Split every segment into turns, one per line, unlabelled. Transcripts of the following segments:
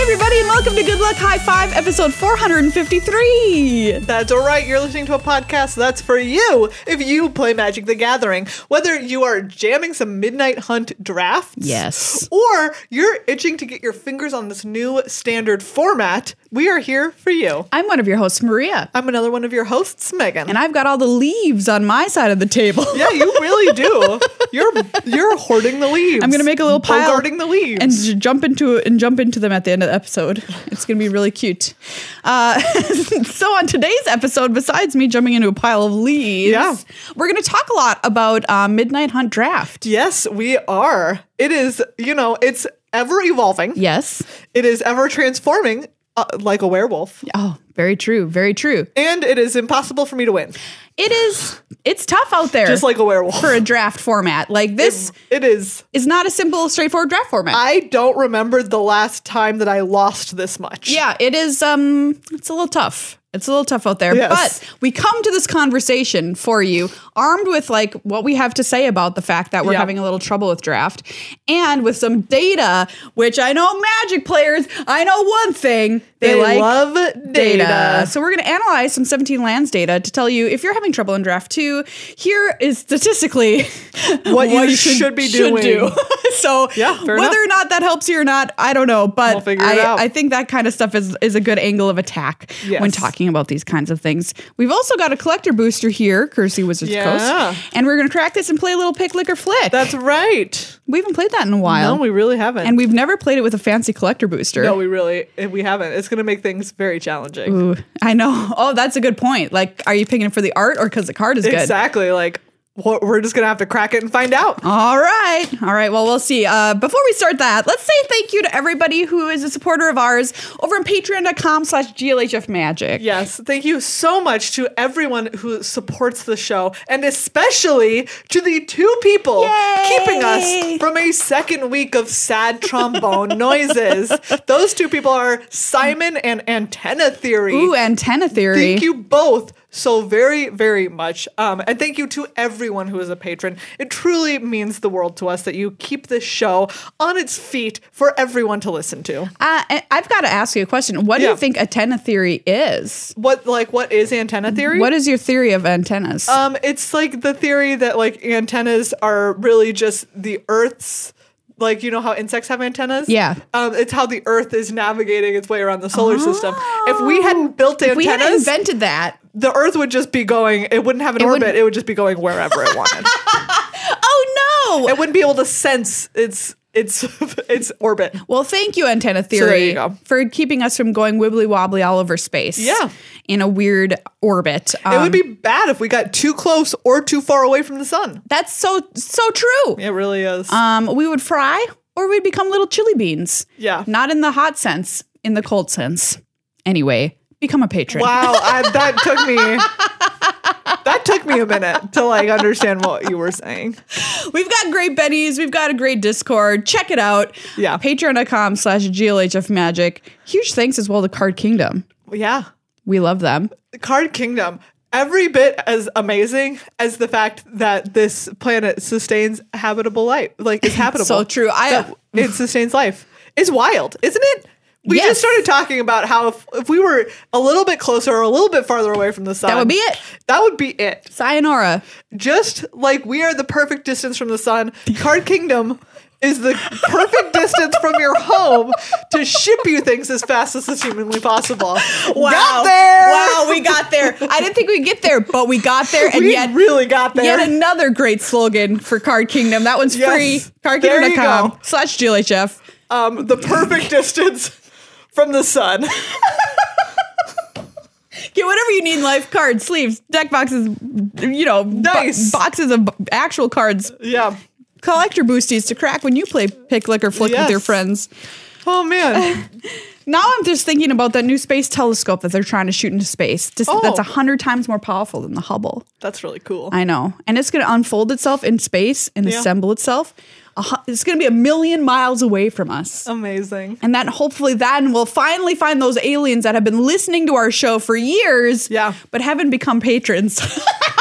everybody, and welcome to Good Luck High Five, episode 453.
That's all right. You're listening to a podcast that's for you if you play Magic the Gathering. Whether you are jamming some Midnight Hunt drafts,
Yes.
or you're itching to get your fingers on this new standard format, we are here for you.
I'm one of your hosts, Maria,
I'm another one of your hosts, Megan.
and I've got all the leaves on my side of the table.
yeah, you really do. You're you're hoarding the leaves.
I'm gonna make a little pile
Guarding the leaves.
and j- jump into and jump into them at the end of the episode. It's going to be really cute. Uh, so on today's episode, besides me jumping into a pile of leaves,
Yeah.
we're going to talk a lot about uh, Midnight Hunt Draft.
yes, we are. It is. You know, it's ever evolving.
Yes.
It is ever transforming, uh, like a werewolf.
Oh, very true. Very true.
And it is impossible for me to win,
It is. It's tough out there.
just like a werewolf.
for a draft format like this.
It is.
is not a simple, straightforward draft format.
I don't remember the last time that I lost this much.
yeah, it is. Um, it's a little tough. It's a little tough out there,
Yes.
but we come to this conversation for you armed with like what we have to say about the fact that we're
Yeah.
having a little trouble with draft and with some data, which I know magic players, I know one thing
They,
they, like
love data.
So we're going to analyze some 17 lands data to tell you if you're having trouble in draft two. Here is statistically
What you should be doing.
so
Yeah,
whether
fair enough.
or not that helps you or not, I don't know. But
We'll figure it
I,
out.
I think that kind of stuff is is a good angle of attack when
Yes.
talking about these kinds of things. We've also got a collector booster here, Cursey Wizards
Yeah.
Coast, and we're going to crack this and play a little pick, lick, or flick.
That's right.
we haven't played that in a while,
No, we really haven't.
and we've never played it with a fancy collector booster.
no, we really eh, we haven't. It's going to make things very challenging.
Ooh, I know. Oh, that's a good point. Like, are you picking it for the art or because the card is good?
Exactly. Like wh- we're just going to have to crack it and find out.
All right. All right. Well, we'll see. Uh, before we start that, let's say thank you to everybody who is a supporter of ours over on patreon.com slash GLHF Magic.
Yes, thank you so much to everyone who supports the show, and especially to the two people
Yay!
keeping us from a second week of sad trombone noises. Those two people are Simon and Antenna Theory.
Ooh, antenna theory.
Thank you both so very, very much. Um, and thank you to everyone who is a patron. It truly means the world to us that you keep this show on its feet for everyone to listen to.
Uh, I- I've got to ask you a question. What do you
Yeah.
think antenna theory is?
What like what is antenna theory?
What is your theory of antennas?
Um, it's like the theory that like antennas are really just the Earth's. Like you know how insects have antennas?
Yeah.
Um, it's how the Earth is navigating its way around the solar system. If we hadn't built
Oh. If we had
antennas,
invented that.
the Earth would just be going. It wouldn't have an orbit.
wouldn't-
It would just be going wherever it wanted.
Oh, no.
it wouldn't be able to sense its its its orbit.
Well, thank you, Antenna
there
Theory,
you go.
for keeping us from going wibbly wobbly all over space.
Yeah.
In a weird orbit.
it
Um,
would be bad if we got too close or too far away from the sun.
That's so, so true.
It really is.
Um, we would fry or we'd become little chili beans.
Yeah.
Not in the hot sense, in the cold sense. Anyway, become a patron.
Wow, I, that took me. That took me a minute to like understand what you were saying.
We've got great Betties. We've got a great Discord. Check it out.
Yeah.
Patreon.com slash GLHF Magic. Huge thanks as well to Card Kingdom.
Yeah,
We love them.
Card Kingdom. Every bit as amazing as the fact that this planet sustains habitable life, like it's habitable.
So true. I-
That it sustains life. It's wild, isn't it? We
Yes.
just started talking about how if, if we were a little bit closer or a little bit farther away from the sun,
That would be it.
That would be it.
Sayonara.
just like we are the perfect distance from the sun, Card Kingdom is the perfect distance from your home to ship you things as fast as is humanly possible. Got there!
Wow, we got there. I didn't think we'd get there, but we got there. And
we
yet,
really got there.
yet another great slogan for Card Kingdom. That one's
Yes.
free.
There you
CardKingdom.com
go.
slash GLHF.
um, the perfect distance from the sun.
Get whatever you need in life cards, sleeves, deck boxes, you know, bo-
Dice.
boxes of b- actual cards,
Yeah.
collector boosties to crack when you play pick, lick, or flick with
Yes.
your friends.
Oh man.
Now I'm just thinking about that new space telescope that they're trying to shoot into space. Just,
Oh.
That's a hundred times more powerful than the Hubble.
That's really cool.
I know. And it's going to unfold itself in space and
Yeah.
assemble itself. A hu- It's going to be a million miles away from us.
Amazing.
And then hopefully then we'll finally find those aliens that have been listening to our show for years,
Yeah.
but haven't become patrons.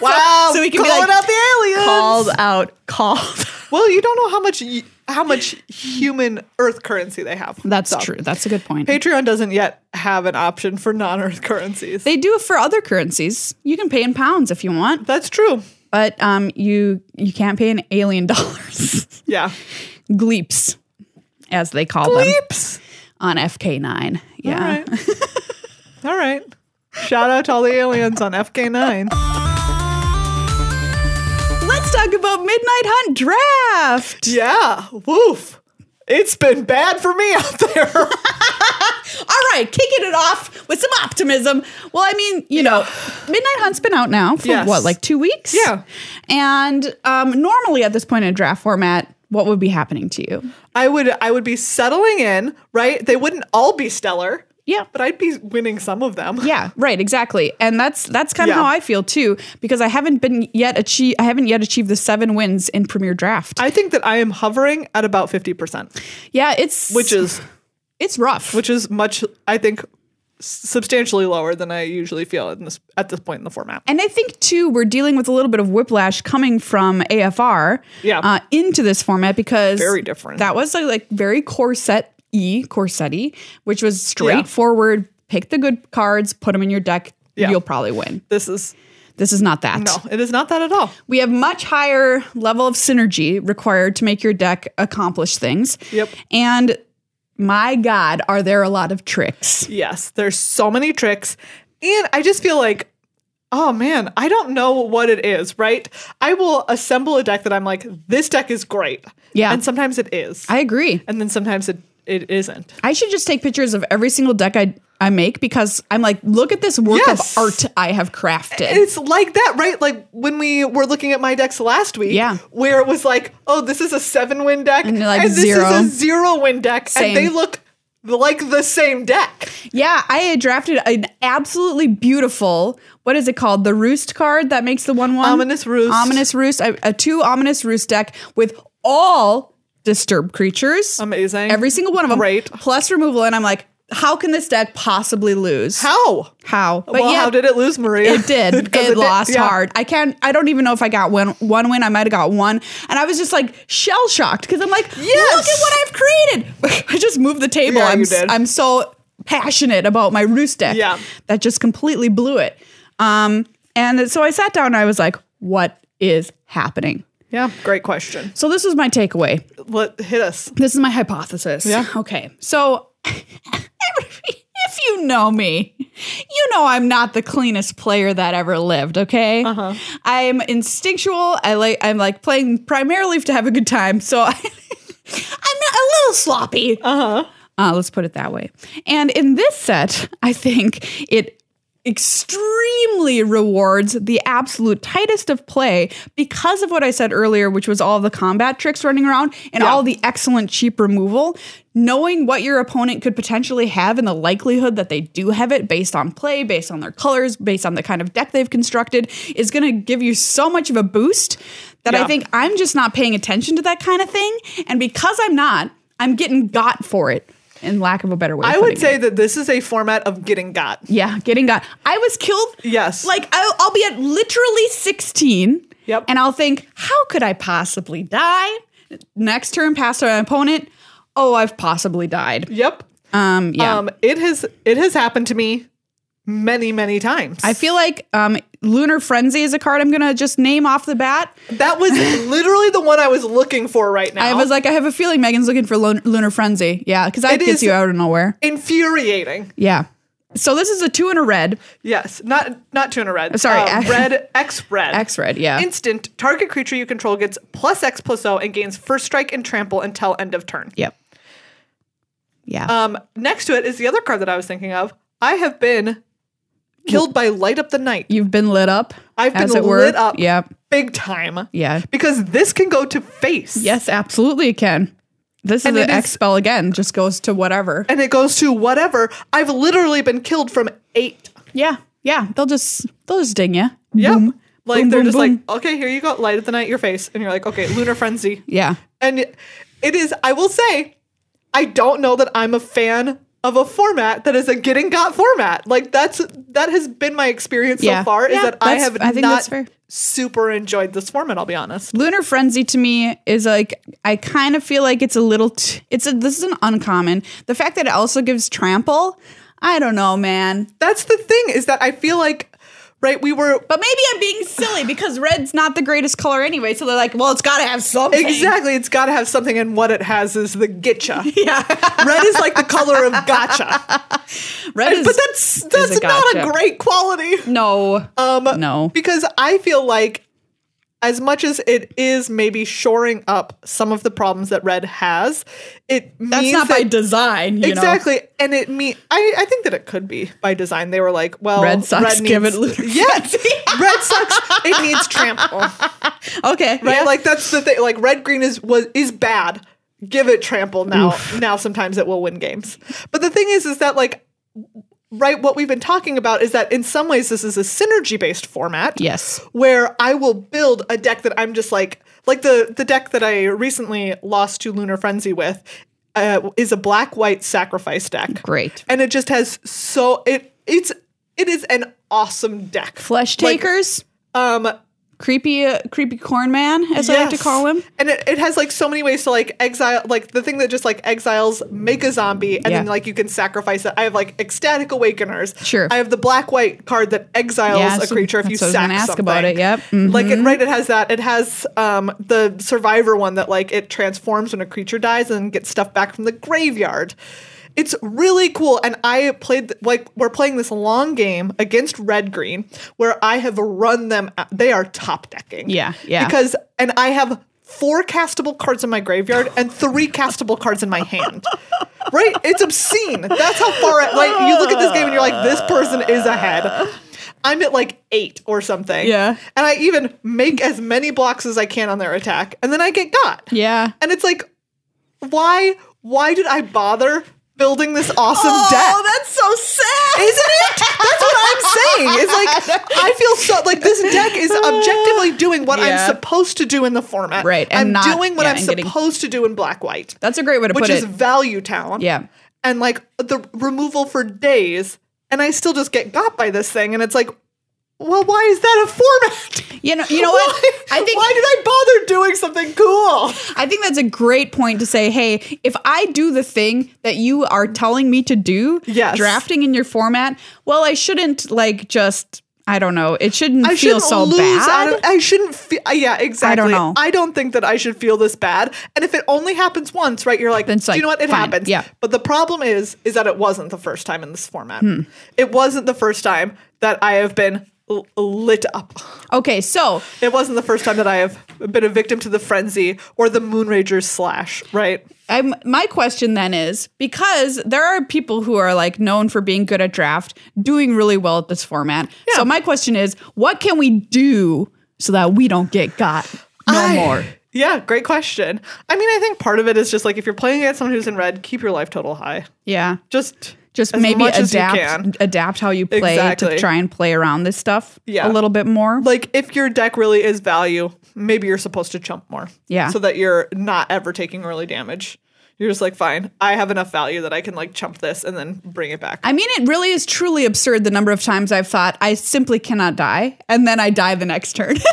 Wow.
so we can be
calling
like,
Oh, out the aliens.
called out, called.
Well, you don't know how much y- how much human Earth currency they have.
That's
So,
true. That's a good point.
Patreon doesn't yet have an option for non-Earth currencies.
they do it for other currencies. You can pay in pounds if you want,
That's true.
but um, you you can't pay in alien dollars,
Yeah.
gleeps, as they call them
Bleeps.
on FK9. Yeah.
All right. All right. Shout out to all the aliens on FK9.
Let's talk about Midnight Hunt Draft.
Yeah. Woof. It's been bad for me out there.
All right, kicking it off with some optimism. Well, I mean, you know, Midnight Hunt's been out now for
Yes.
what, like two weeks?
Yeah.
And um, normally at this point in draft format, what would be happening to you?
I would I would be settling in, right? They wouldn't all be stellar,
Yeah.
but I'd be winning some of them.
Yeah, right, exactly. And that's that's kind of
Yeah.
how I feel too, because I haven't been yet achieve I haven't yet achieved the seven wins in Premier Draft.
I think that I am hovering at about 50%,
yeah, it's
which is
it's rough.
which is much I think substantially lower than I usually feel in this at this point in the format.
And I think too, we're dealing with a little bit of whiplash coming from AFR
Yeah.
uh, into this format because
Very different.
That was like, like very corset y corsetti, which was straightforward. Pick the good cards, put them in your deck.
Yeah.
You'll probably win.
This is
This is not that.
no, it is not that at all.
We have much higher level of synergy required to make your deck accomplish things.
Yep.
And my God, are there a lot of tricks?
Yes, there's so many tricks. And I just feel like, oh man, I don't know what it is, right? I will assemble a deck that I'm like, this deck is great.
Yeah.
And sometimes it is.
I agree.
and then sometimes it, it isn't.
I should just take pictures of every single deck I I make because I'm like, look at this work
Yes.
of art I have crafted.
It's like that, right? Like when we were looking at my decks last week,
Yeah.
where it was like, oh, this is a seven win deck,
And you're like,
this
zero.
is a zero win deck,
Same.
and they look like the same deck.
Yeah, I had drafted an absolutely beautiful what is it called? The roost card that makes the one one
Ominous Roost.
Ominous roost. A, a two ominous roost deck with all disturbed creatures.
Amazing.
Every single one of them.
Great.
Plus removal, and I'm like, how can this deck possibly lose?
How?
How? But
well,
yeah,
how did it lose, Maria?
It did.
'Cause
it, lost
yeah.
hard. I can't. I don't even know if I got one one win. I might have got one, and I was just like shell shocked because I'm like, look at what I've created. I just moved the table.
Yeah,
I'm
you
s-
did.
I'm so passionate about my roost deck.
Yeah.
that just completely blew it. Um, and so I sat down and I was like, what is happening?
Yeah, great question.
So this was my takeaway.
Let hit us.
This is my hypothesis.
Yeah.
Okay. So if you know me, you know I'm not the cleanest player that ever lived, okay? Uh-huh. I'm instinctual. I like I'm like playing primarily to have a good time. So I, I'm a little sloppy. Uh-huh. let's put it that way. And in this set, I think it extremely rewards the absolute tightest of play because of what I said earlier, which was all the combat tricks running around and
Yeah.
all the excellent cheap removal. Knowing what your opponent could potentially have and the likelihood that they do have it based on play, based on their colors, based on the kind of deck they've constructed is going to give you so much of a boost that I
Yeah.
think I'm just not paying attention to that kind of thing. And because I'm not, I'm getting got for it. In lack of a better way, of
I
putting
would
it.
say that this is a format of getting got.
Yeah, getting got. I was killed.
Yes.
Like I'll, I'll be at literally 16.
Yep.
And I'll think, how could I possibly die? Next turn, past my opponent. Oh, I've possibly died.
Yep.
Um, yeah.
Um, it has it has happened to me many many times.
I feel like um, Lunar Frenzy is a card I'm gonna just name off the bat.
that was literally the one I was looking for right now.
I was like, I have a feeling Megan's looking for Lun- Lunar Frenzy. Yeah, because that
It
gets
is-
you out of nowhere.
infuriating.
Yeah. So this is a two and a red.
Yes, not not tuna red.
Sorry,
uh,
X-
red X red
X red, yeah.
Instant target creature you control gets plus X plus O and gains first strike and trample until end of turn.
Yep. Yeah.
Um, next to it is the other card that I was thinking of. I have been killed by light up the night.
You've been lit up.
I've been
as it
lit
were.
up.
Yep.
big time.
Yeah.
Because this can go to face.
Yes, absolutely it can. This
And
is
it
an
is-
X spell again, just goes to whatever.
And it goes to whatever. I've literally been killed from eight.
Yeah, yeah. They'll just they'll just ding you.
Yep.
Boom.
Like
Boom,
they're
boom,
just
boom.
like, okay, here you go, light of the night, your face. And you're like, okay, lunar frenzy.
Yeah.
And it is, I will say, I don't know that I'm a fan of a format that is a getting got format. Like that's that has been my experience
Yeah.
so far is
Yeah,
that I
that's-
have
I think
not
that's fair.
super enjoyed this format, I'll be honest.
Lunar Frenzy to me is like I kind of feel like it's a little t- it's a this is an uncommon. The fact that it also gives trample, I don't know, man.
That's the thing is that I feel like right we were
But maybe I'm being silly because red's not the greatest color anyway, so they're like, well, it's got to have something.
Exactly, it's got to have something, and what it has is the getcha.
Yeah.
Red is like the color of gotcha,
Red is
but that's
is
that's
a
not
gotcha.
a great quality.
no.
Um,
No.
because I feel like as much as it is maybe shoring up some of the problems that Red has, it
That's
means
not
that-
by design, you know.
exactly, and it me I, I think that it could be by design. They were like, well,
Red Sox give it
needs-
lunar
yes, Red Sox it needs trample, right?
Okay. yeah.
Like that's the thing. Like Red Green is was is bad. Give it trample now. Now sometimes it will win games. But the thing is, is that like. Right, what we've been talking about is that in some ways this is a synergy based format
yes.
where I will build a deck that I'm just like like the the deck that I recently lost to Lunar Frenzy with uh, is a black white sacrifice deck.
Great.
And it just has so it it's it is an awesome deck.
Flesh
Like,
takers,
um
creepy uh, creepy corn man as I like to
yes.
call him.
And it, it has like so many ways to like exile like the thing that just like exiles make a zombie and
Yeah.
then like you can sacrifice it. I have like ecstatic awakeners.
Sure.
I have the black white card that exiles
Yeah,
a
so
creature if you
that's what I was
sack
gonna ask
something.
about it, yep.
Like it right it
Mm-hmm.
has that. It has um the survivor one that like it transforms when a creature dies and gets stuff back from the graveyard. It's really cool, and I played th- like we're playing this long game against red green, where I have run them. out- They are top decking.
Yeah, yeah.
Because and I have four castable cards in my graveyard and three castable cards in my hand. Right? It's obscene. That's how far it, like you look at this game and you're like, this person is ahead. I'm at like eight or something.
Yeah.
And I even make as many blocks as I can on their attack, and then I get got.
Yeah.
And it's like, why why did I bother building this awesome deck?
Oh, that's so sad.
Isn't it? That's what I'm saying. It's like I feel so like this deck is objectively doing what
Yeah.
I'm supposed to do in the format.
Right, and
I'm
not-
doing what
yeah,
I'm
and getting-
supposed to do in black white,
That's a great way to
which
put
is
it.
value town.
Yeah.
And like the removal for days, and I still just get got by this thing, and it's like, well, why is that a format?
You know, you know what?
Why-
I think
why did I bother doing something cool?
I think that's a great point to say, hey, if I do the thing that you are telling me to do,
Yes.
drafting in your format, well, I shouldn't like just I don't know. It shouldn't
I
feel
shouldn't
so
lose
bad.
out of- I shouldn't feel. Yeah, exactly.
know.
I don't think that I should feel this bad. And if it only happens once, right? You're like,
Then it's
do you
like,
know what? It
fine,
happens.
yeah.
But the problem is, is that it wasn't the first time in this format.
Hmm.
It wasn't the first time that I have been l- lit up.
okay, so
It wasn't the first time that I have been a victim to the frenzy or the Moonrager's slash. Right?
I'm, my question then is because there are people who are like known for being good at draft, doing really well at this format. So my question is, what can we do so that we don't get got no
I-
more?
Yeah, great question. I mean, I think part of it is just like if you're playing against someone who's in red, keep your life total high.
Yeah.
Just
Just
as
maybe
much as you can.
adapt adapt how you play
Exactly.
to try and play around this stuff
Yeah.
a little bit more.
like if your deck really is value, maybe you're supposed to chump more.
Yeah.
So that you're not ever taking early damage. You're just like, fine, I have enough value that I can like chump this and then bring it back.
I mean, it really is truly absurd the number of times I've thought I simply cannot die, and then I die the next turn.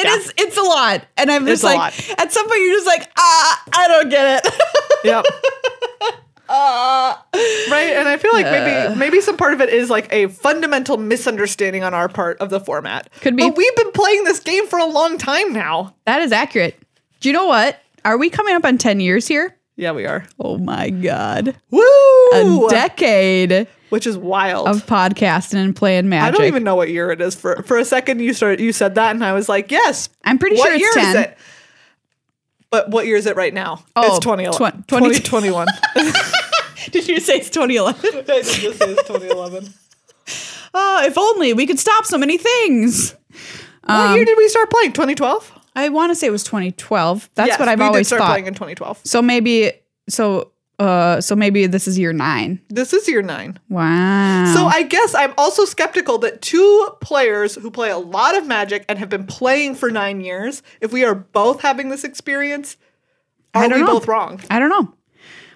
It is. It's a lot, and I'm just
It's
like,
a lot.
at some point, you're just like, ah, I don't get it.
yep. right, and I feel like maybe maybe some part of it is like a fundamental misunderstanding on our part of the format.
Could be.
But we've been playing this game for a long time now.
that is accurate. Do you know what? Are we coming up on ten years here?
Yeah, we are.
Oh my god,
Woo!
a decade
Which is wild.
of podcasting and playing
I
magic.
don't even know what year it is. For for a second, you started you said that, and I was like, yes.
I'm pretty sure it's 10.
is it? But what year is it right now?
Oh,
it's 2011.
twen- 20
2021.
Did you say it's 2011?
this is 2011.
Oh, if only we could stop so many things.
what
Um,
year did we start playing? 2012?
I want to say it was 2012. That's
Yes,
what I've
we
always
did start
thought.
playing in 2012.
So maybe so uh so maybe this is year nine.
This is year nine.
Wow.
So I guess I'm also skeptical that two players who play a lot of Magic and have been playing for nine years, if we are both having this experience, are
don't
we
know.
both wrong?
I don't know.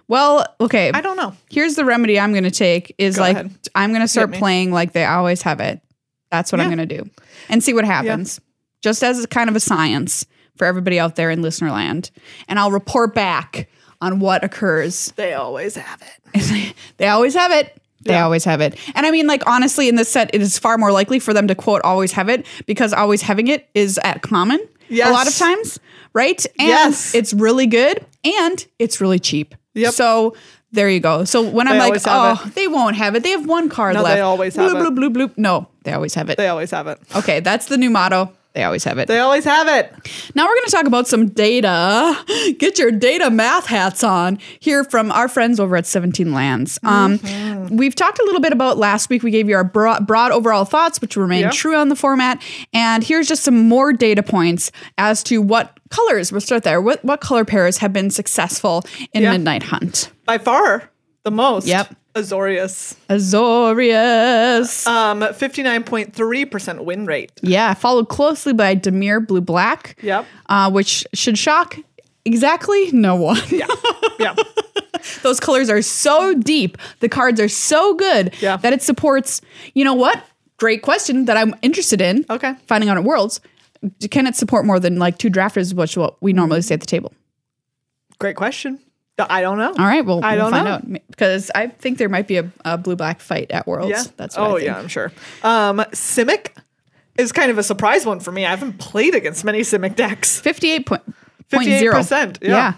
Well, okay.
I don't know.
Here's the remedy I'm going to take is
Go
like
ahead.
I'm going to start
me.
playing like they always have it. That's what I'm
Yeah.
going to do and see what happens. Just as a kind of a science for everybody out there in listener land. And I'll report back on what occurs.
They always have it.
they always have it. They
Yeah.
always have it. And I mean like honestly in this set it is far more likely for them to quote always have it because always having it is at common a lot of
Yes.
times, right? And
Yes.
it's really good and it's really cheap.
Yep.
So there you go. So when I'm
They
like,
always have
oh, they won't have it. They have one card
No, they
left.
always
bloop,
have it.
bloop, bloop, bloop. No, they always have it.
They always have it.
okay, that's the new motto. They always have it.
They always have it.
Now we're going to talk about some data. Get your data math hats on here from our friends over at 17 Lands. Um,
Mm-hmm.
We've talked a little bit about last week. We gave you our broad, broad overall thoughts, which remain
Yeah.
true on the format. And here's just some more data points as to what colors, we'll start there, what, what color pairs have been successful in
Yeah.
Midnight Hunt?
By far the most.
Yep.
Azorius.
Azorius.
Um, 59.3% win rate.
yeah, followed closely by Demir Blue Black,
Yep.
uh, which should shock exactly no one.
Yeah.
Those colors are so deep. The cards are so good
Yeah.
that it supports. You know what? Great question that I'm interested in.
Okay.
Finding out at Worlds. Can it support more than like two drafters, which is what we normally say at the table?
Great question. I don't know.
All right. Well,
I
we'll
don't
find
know.
out. M- Because I think there might be a, a blue black fight at Worlds.
Yeah.
That's what I
oh,
think.
yeah, I'm sure. Um, Simic is kind of a surprise one for me. I haven't played against many Simic decks.
58 point.
58%, yeah.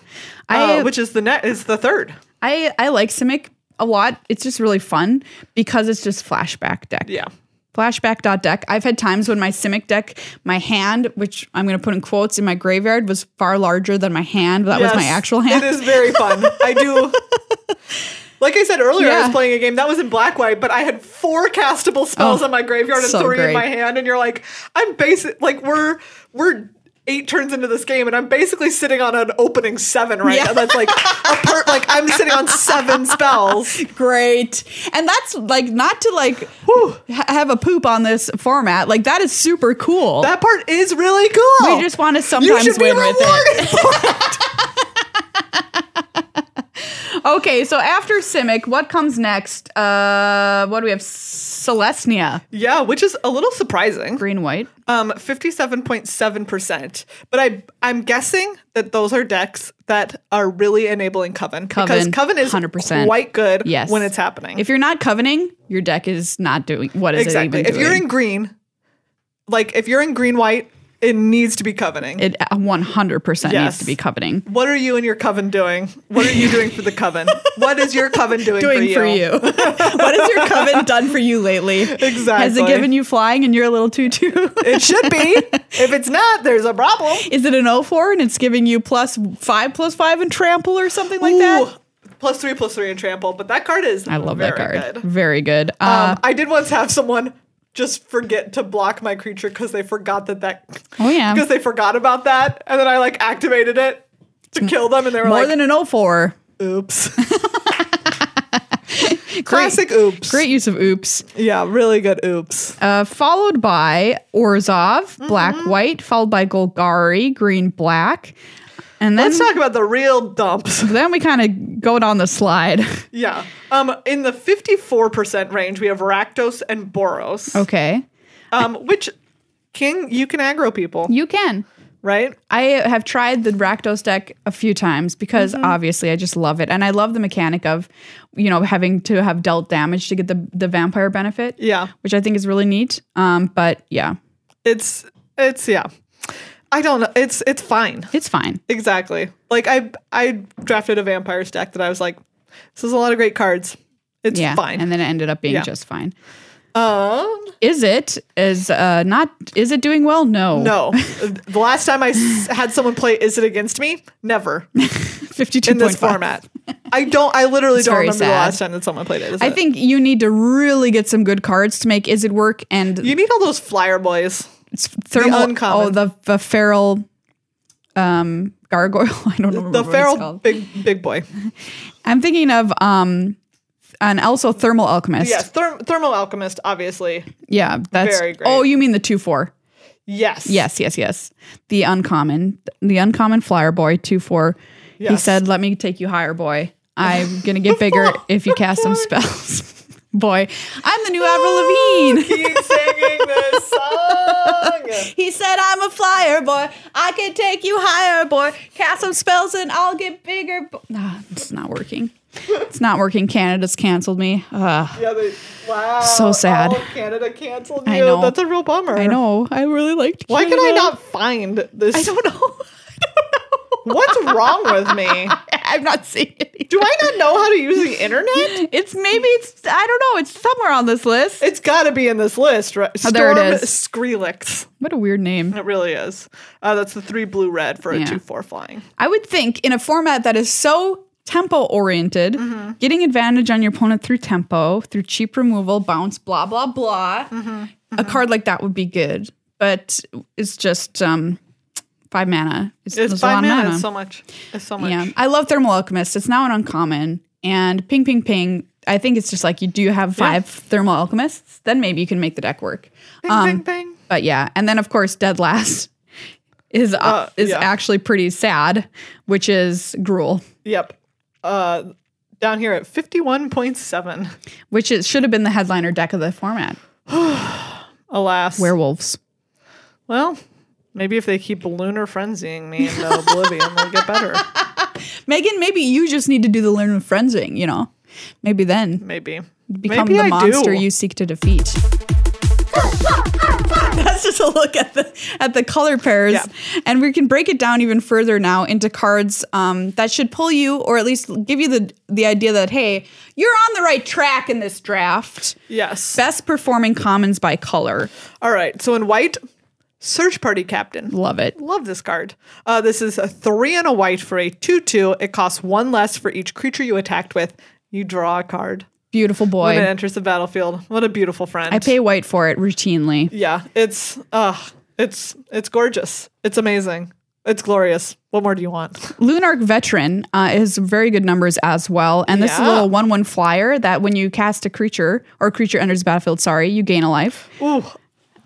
I,
uh, which is the net is the third.
I, I like Simic a lot. It's just really fun because it's just flashback deck.
Yeah.
Flashback.deck. I've had times when my Simic deck, my hand, which I'm going to put in quotes in my graveyard, was far larger than my hand. That was my
Yes,
actual hand.
It is very fun. I do. Like I said earlier, I
Yeah.
was playing a game that was in black white, but I had four castable spells
Oh,
on my graveyard and
so
three
great.
in my hand, and you're like, I'm basic. Like we're we're eight turns into this game, and I'm basically sitting on an opening seven right
Yeah.
now. That's like a part. Like I'm sitting on seven spells.
Great. And that's like not to like ha- have a poop on this format. Like that is super cool.
That part is really cool.
we just want to
you
sometimes
should be
win with it.
rewarded. for it.
Okay, so after Simic, what comes next? Uh what do we have? Celestia.
yeah, which is a little surprising.
Green white.
Um, fifty-seven point seven percent. But I, I'm guessing that those are decks that are really enabling Coven, because
Coven,
Coven is
100%.
quite good
Yes.
when it's happening.
If you're not covening, your deck is not doing what is
exactly.
it even
If
doing?
you're in green, like if you're in green white, it needs to be covening.
it uh, 100% needs
Yes.
to be covening.
what are you and your coven doing? What are you doing for the coven? what is your coven doing,
doing for you? what has your coven done for you lately? Has it
Exactly.
given you flying and you're a little tutu?
It should be. if it's not, there's a problem.
Is it an 04 and it's giving you plus five, plus five and trample or something like that?
Ooh, plus three, plus three, and trample. But that card is
I love that
very
card.
good.
Very good. Uh,
Um, I did once have someone just forget to block my creature because they forgot that that
oh, yeah.
because Um, they forgot about that, and then I like activated it to kill them, and they were
More
like,
than an 04.
"Oops."
Great-
Classic oops.
Great use of oops.
Yeah, really good oops.
Uh, followed by Orzov, black,
Mm-hmm.
white, followed by Golgari, green, black. And then,
Let's talk about the real dumps.
then we kind of go down the slide.
yeah. Um, in the fifty-four percent range, we have Rakdos and Boros.
okay.
Um, which King, you can aggro people,
You can.
right?
I have tried the Rakdos deck a few times because
Mm-hmm.
obviously I just love it. And I love the mechanic of, you know, having to have dealt damage to get the, the vampire benefit.
Yeah.
Which I think is really neat. Um, but yeah,
It's it's yeah. I don't know. It's it's fine.
it's fine.
Exactly. Like I I drafted a vampire stack that I was like, this is a lot of great cards. It's
Yeah.
fine.
And then it ended up being
Yeah.
just fine.
um,
Is it is uh not is it doing well? No.
no. the last time I s- had someone play Is It Against Me? Never.
Fifty two
In this format. I don't I literally don't
very
remember the
sad.
last time that someone played it. Is
I
it?
think you need to really get some good cards to make is it work and
you need all those flyer boys.
it's thermal
uncommon.
oh the the feral um gargoyle. I don't know
The feral
called.
big big boy.
I'm thinking of um and also thermal alchemist.
Yes, therm- thermal alchemist, obviously.
Yeah, that's
Very great.
Oh, you mean the 2 4.
Yes.
Yes, yes, yes. The uncommon, the uncommon flyer boy 2 4. He
Yes.
said, "Let me take you higher, boy." I'm gonna get bigger if you cast some spells. Boy, I'm the new Avril Lavigne.
Keep singing this song.
He said, I'm a flyer, boy. I can take you higher, boy. Cast some spells and I'll get bigger. Bo-. Nah, it's not working. It's not working. Canada's canceled me. Ugh.
Yeah, they, wow.
So sad.
Oh, Canada canceled you.
I know.
That's a real bummer.
I know. I really liked
Why can I
Canada.
not find this?
I don't know.
What's wrong with me?
I'm not seeing it.
Do I not know how to use the internet?
It's maybe it's I don't know. It's somewhere on this list.
It's got to be in this list, right?
Oh,
Storm
there it is.
Skrillex.
What a weird name.
It really is. Uh, that's the three blue red for a
Yeah.
two four flying.
I would think in a format that is so tempo oriented,
Mm-hmm.
getting advantage on your opponent through tempo, through cheap removal, bounce, blah blah blah.
Mm-hmm.
A card like that would be good, but it's just um, five mana.
It's
there's a lot
five
of
minutes. So much. It's so much.
Yeah, I love Thermal Alchemist. It's now an uncommon and ping ping ping. I think it's just like you do have five Thermal Alchemists, then maybe you can make the deck work.
Bing,
Um,
bing, bing.
But yeah, and then of course Dead Last is uh, is
yeah.
actually pretty sad, which is Gruel.
Yep. Uh, down here at fifty one point seven.
which it should have been the headliner deck of the format.
Alas.
Werewolves.
Well, maybe if they keep lunar frenzying me into oblivion, they'll get better.
Megan, maybe you just need to do the learn with frenzying, you know? Maybe then
Maybe.
become
maybe
the
I
monster
do.
you seek to defeat. That's just a look at the at the color pairs,
Yeah.
and we can break it down even further now into cards um, that should pull you, or at least give you the the idea that hey, you're on the right track in this draft.
Yes.
Best performing commons by color,
All right. So in white, search party captain.
love it.
Love this card. Uh, this is a three and a white for a two-two. It costs one less for each creature you attacked with. You draw a card
Beautiful
when it
boy.
enters the battlefield. What a beautiful friend.
I pay white for it routinely.
Yeah, it's uh it's it's gorgeous. It's amazing. It's glorious. What more do you want?
Lunark Veteran uh, has very good numbers as well. And this is a
Yeah.
little 1 1 flyer that when you cast a creature or creature enters the battlefield, sorry, you gain a life.
Ooh,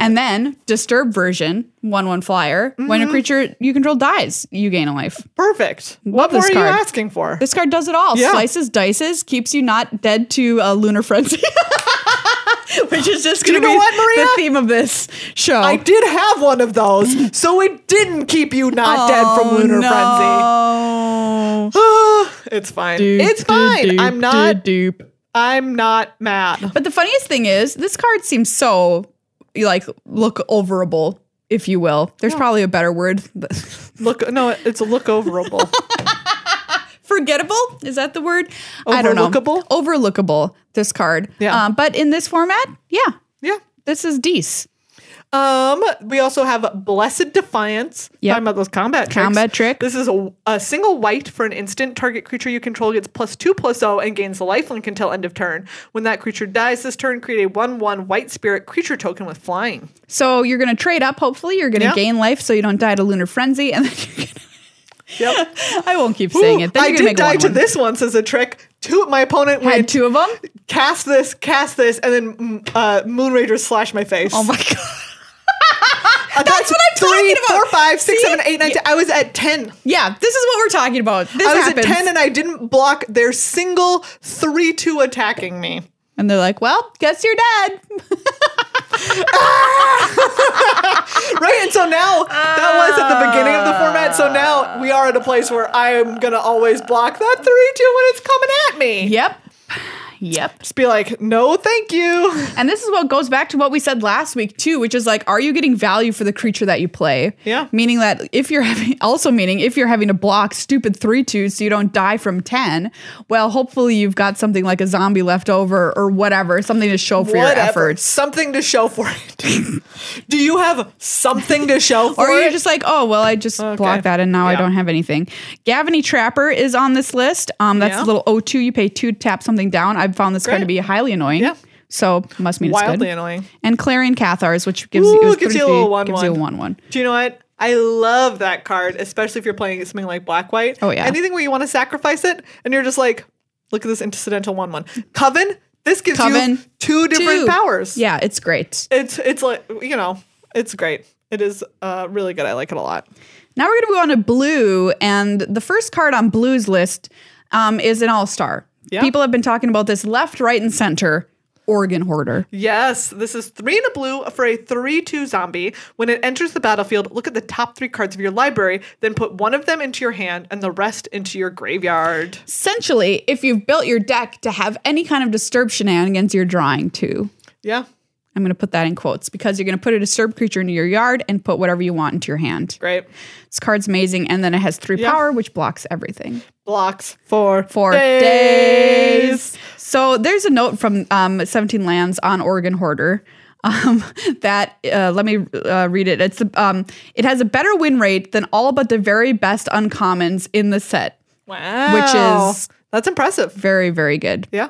And then Disturb version, 1 1 flyer. When a
Mm-hmm.
creature you control dies, you gain a life.
perfect.
Love
what more
this
are you
card.
asking for?
This card does it all
Yeah.
slices, dices, keeps you not dead to a lunar frenzy. Which is just going to
you know
be
what, Maria?
the theme of this show.
I did have one of those, so it didn't keep you not dead from lunar frenzy.
Oh, no.
it's fine. it's fine. I'm not
Doop.
I'm not mad.
But the funniest thing is, this card seems so like look overable, if you will. There's probably a better word.
Look no, it's a look overable.
Forgettable is that the word? I don't know.
Overlookable?
Overlookable. This card.
Yeah.
Um, but in this format, yeah,
yeah.
this is Dece.
Um, we also have Blessed Defiance.
Yep.
Talking about those combat tricks.
Combat trick.
This is a, a single white for an instant. Target creature you control gets plus two plus zero and gains a lifelink until end of turn. When that creature dies this turn, create a one one white spirit creature token with flying.
So you're gonna trade up. Hopefully, you're gonna
Yeah.
gain life so you don't die to lunar frenzy. And then you're
Yep.
gonna, I won't keep saying it. Then
I
you're gonna
did
make
die
one
to
one.
this once as a trick. Two, my opponent
Had
went
two of them.
cast this, cast this, and then mm, uh, Moonrager slashed my face.
Oh my god.
that's
what I'm
three,
talking about.
four, five, six,
See?
seven, eight, nine, ten. I was at ten.
Yeah, this is what we're talking about. This
I was
happens.
at 10 and I didn't block their single 3 2 attacking me.
and they're like, "Well, guess you're dead."
Right? And so now that was at the beginning of the format. So now we are at a place where I am going to always block that 3 2 when it's coming at me.
Yep. Yep.
Just be like, no, thank you.
And this is what goes back to what we said last week too, which is like, are you getting value for the creature that you play?
Yeah.
Meaning that if you're having, also meaning if you're having to block stupid three twos so you don't die from ten, well, hopefully you've got something like a zombie left over or whatever, something to show for your efforts.
Something to show for it. Do you have something to show for
Or you're
it?
just like, oh well, I just
Okay.
blocked that and now I
Yeah.
don't have anything. Gavany Trapper is on this list. Um, that's
Yeah.
a little O2. You pay two to tap something down. I've found this card to
Great.
be highly annoying.
Yeah.
So must mean it's good.
Wildly annoying.
and Clarion Cathars, which gives
Ooh,
you
gives you a little one,
gives you a
one.
one one.
Do you know what? I love that card, especially if you're playing something like black white.
Oh, yeah.
Anything where you want to sacrifice it and you're just like, look at this incidental one one. Coven, this gives you
Coven,
two different
Two.
powers.
Yeah, it's great.
It's it's like you know, it's great. It is uh, really good. I like it a lot.
Now we're gonna go on to blue, and the first card on blue's list um, is an all star.
Yeah.
People have been talking about this left, right, and center Oregon hoarder.
Yes, this is three in a blue for a 3 2 zombie. When it enters the battlefield, look at the top three cards of your library, then put one of them into your hand and the rest into your graveyard.
Essentially, if you've built your deck to have any kind of disturb shenanigans, you're drawing two.
Yeah,
I'm going to put that in quotes because you're going to put a disturbed creature into your yard and put whatever you want into your hand.
great.
This card's amazing. And then it has three
Yeah.
power, which blocks everything.
Blocks for
Four days. So there's a note from um, 17 Lands on Oregon Hoarder. Um, that uh, let me uh, read it. It's um, it has a better win rate than all but the very best uncommons in the set.
Wow.
Which is-
that's impressive.
Very very good.
Yeah.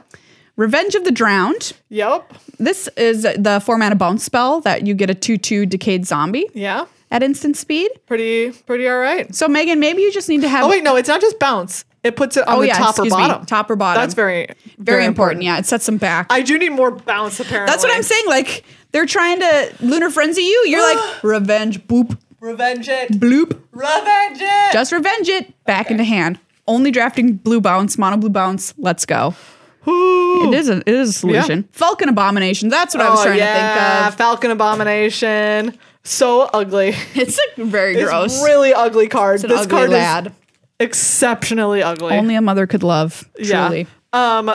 Revenge of the Drowned.
Yep.
This is the four mana bounce spell that you get a two two decayed zombie
Yeah.
at instant speed.
Pretty pretty all right.
So Megan, maybe you just need to have
Oh wait, no, it's not just bounce. It puts it on
Oh,
the
yeah,
top or
excuse me,
bottom.
top or bottom.
That's very
very, important. Yeah, it sets them back.
I do need more bounce apparently.
That's what I'm saying. Like they're trying to lunar frenzy you. You're like revenge boop
Revenge it.
bloop.
Revenge it.
Just revenge it back into hand. Only drafting blue bounce, mono blue bounce. Let's go.
Ooh.
It is a, it is a solution. Falcon abomination. That's what I was
Oh,
trying
yeah,
to think
Falcon Abomination. So ugly.
of. It's like very gross.
It's really ugly card.
It's an
this
ugly
card
lad.
is exceptionally ugly.
Only a mother could love. Truly.
Um,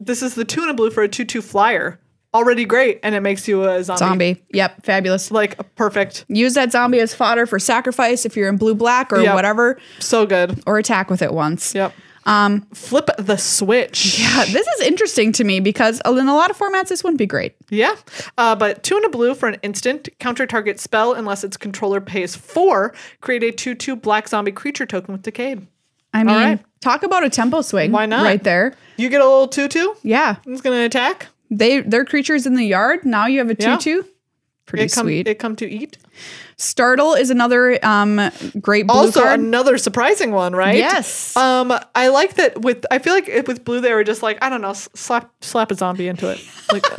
this is the tuna blue for a two-two flyer. Already great, and it makes you a zombie.
Zombie. Yep. Fabulous.
Like perfect.
Use that zombie as fodder for sacrifice if you're in blue black or
Yep.
whatever,
So good.
or attack with it once.
Yep.
Um,
Flip the switch.
Yeah, this is interesting to me because in a lot of formats, this wouldn't be great.
Yeah. Uh, but two and a blue for an instant counter target spell unless its controller pays four. Create a two two black zombie creature token with decayed.
I mean,
right.
talk about a tempo swing.
Why not?
Right there.
You get a little two two.
Yeah,
It's gonna attack.
they their creatures in the yard. Now you have a
Yeah.
two-two. Pretty
It come
sweet.
it come to eat.
Startle is another um great blue
also
card.
another surprising one, right?
Yes.
Um, I like that with. I feel like it, with blue they were just like I don't know, s- slap slap a zombie into it, like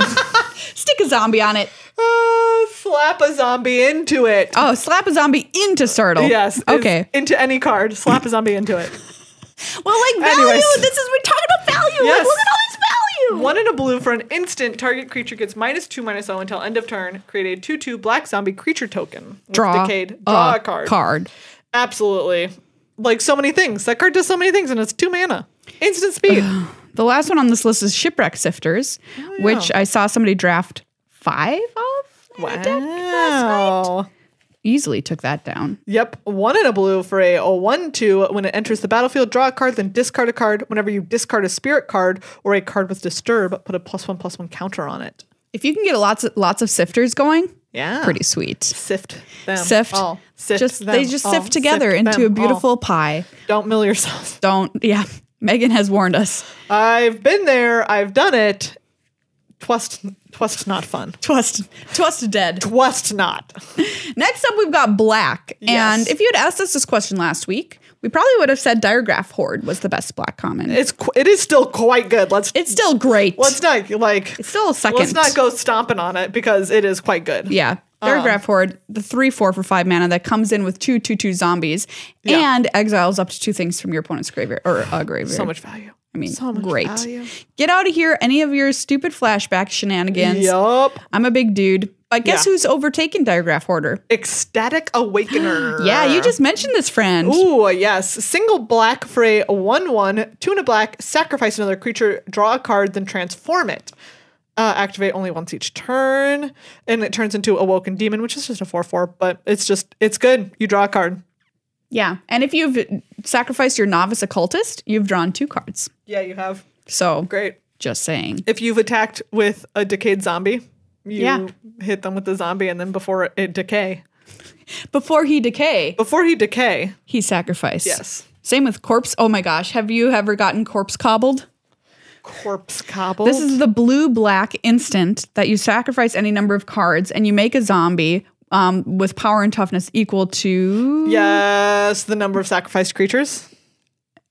Stick a zombie on it.
uh, slap a zombie into it.
Oh, slap a zombie into startle.
Yes. is-
Okay.
Into any card, slap a zombie into it.
Well, like value.
Anyways.
This is we're talking about value. Like,
Yes.
look at all this value.
One in a blue for an instant. Target creature gets minus two minus zero until end of turn. Create a two two black zombie creature token. with
Draw,
Decayed. Draw
a
a card.
Card.
Absolutely. Like so many things. That card does so many things, and it's two mana. Instant speed.
The last one on this list is shipwreck sifters,
Oh,
which I saw somebody draft five of. in a deck last night.
wow.
easily took that down.
Yep, one in a blue for a, a one two. When it enters the battlefield, draw a card, then discard a card. Whenever you discard a spirit card or a card with disturb, put a plus one plus one counter on it.
If you can get lots of lots of sifters going,
Yeah,
pretty sweet.
sift them.
Sift,
all. sift.
just
them
they just
all.
sift together
Sift
into
them
a beautiful
all.
pie.
Don't mill yourself.
Don't, yeah. Megan has warned us.
I've been there. I've done it. Twist, twist, not fun.
Twist, twist dead.
Twist not.
Next up, we've got black.
Yes.
And if you had asked us this question last week, we probably would have said diagraph horde was the best black common.
It's qu- it is still quite good. Let's
it's still great.
let's not like
it's still a 2nd
let's not go stomping on it because it is quite good.
Yeah.
Uh-huh.
Paragraph Horde, the three, four for five mana that comes in with two, two, two zombies
Yeah.
and exiles up to two things from your opponent's graveyard or a graveyard.
So much value.
I mean,
so much
great.
value.
Get out of here. Any of your stupid flashback shenanigans.
Yup.
I'm a big dude. But guess
Yeah.
who's overtaken Diagraph Hoarder?
Ecstatic Awakener.
Yeah, you just mentioned this friend.
Uh. Ooh, yes. Single black for a 1 1, two and a black, sacrifice another creature, draw a card, then transform it. Uh, activate only once each turn. And it turns into Awoken Demon, which is just a 4 4, but it's just, it's good. You draw a card.
Yeah. And if you've sacrificed your novice occultist, you've drawn two cards.
Yeah, you have.
So
Great.
just saying.
If you've attacked with a decayed zombie, you
Yeah.
hit them with the zombie, and then before it decay,
Before he decay,
before he decay,
he sacrificed.
yes,
Same with corpse. Oh my gosh. Have you ever gotten corpse cobbled?
corpse cobble.
This is the blue black instant that you sacrifice any number of cards and you make a zombie um, with power and toughness equal to.
yes, the number of sacrificed creatures.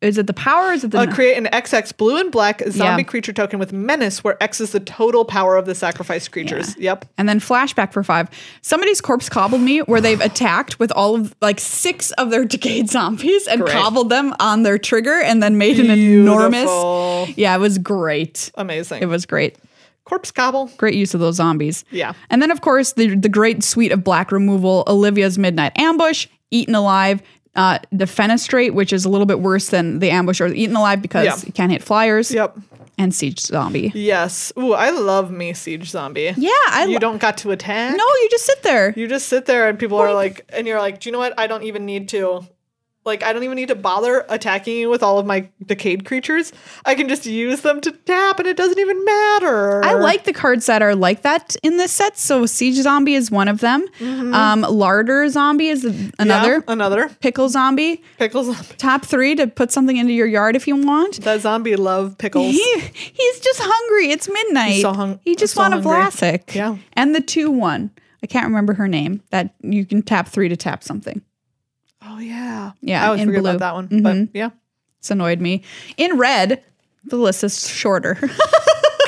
Is it the power? Or is it the
Uh, create an XX blue and black zombie creature token with menace, where X is the total power of the sacrificed creatures. Yep.
and then flashback for five. Somebody's corpse cobbled me where they've attacked with all of like six of their decayed zombies and
Great.
cobbled them on their trigger and then made an
Beautiful.
enormous. Yeah, it was great.
Amazing.
It was great.
Corpse gobble.
Great use of those zombies.
Yeah.
And then, of course, the, the great suite of black removal Olivia's Midnight Ambush, Eaten Alive, uh, Defenestrate, which is a little bit worse than the ambush or the Eaten Alive because
Yeah.
you can't hit flyers,
Yep.
and Siege Zombie.
Yes. Ooh, I love me siege zombie.
Yeah, I
You
lo-
don't got to attack.
No, you just sit there.
You just sit there and people are like, and you're like, do you know what? I don't even need to. Like, I don't even need to bother attacking you with all of my decayed creatures. I can just use them to tap and it doesn't even matter.
I like the cards that are like that in this set. So Siege Zombie is one of them.
Mm-hmm.
Um, Larder Zombie is
Yeah,
another.
another.
Pickle Zombie.
Pickle zombie.
Top three to put something into your yard if you want.
That zombie love pickles.
He, he's just hungry. It's midnight.
He's so hung-
he just
so
won a
hungry.
Vlasic.
Yeah.
And the two one. I can't remember her name. That you can tap three to tap something.
oh, yeah.
Yeah,
I always
in
forget
blue. Mm-hmm.
about that one. But yeah.
It's annoyed me. In red, the list is shorter.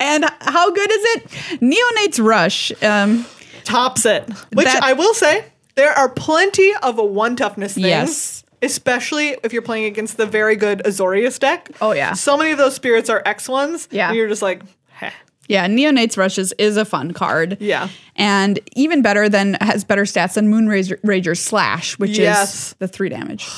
and how good is it? Neonates Rush. Um,
Tops it. Which
That-
I will say, there are plenty of a one toughness things.
Yes.
Especially if you're playing against the very good Azorius deck.
Oh, yeah.
So many of those spirits are X ones.
Yeah.
And you're just like, heh.
Yeah, Neonates Rushes is a fun card.
Yeah.
And even better than has better stats than Moonrager Rager Slash, which
Yes.
is the three damage.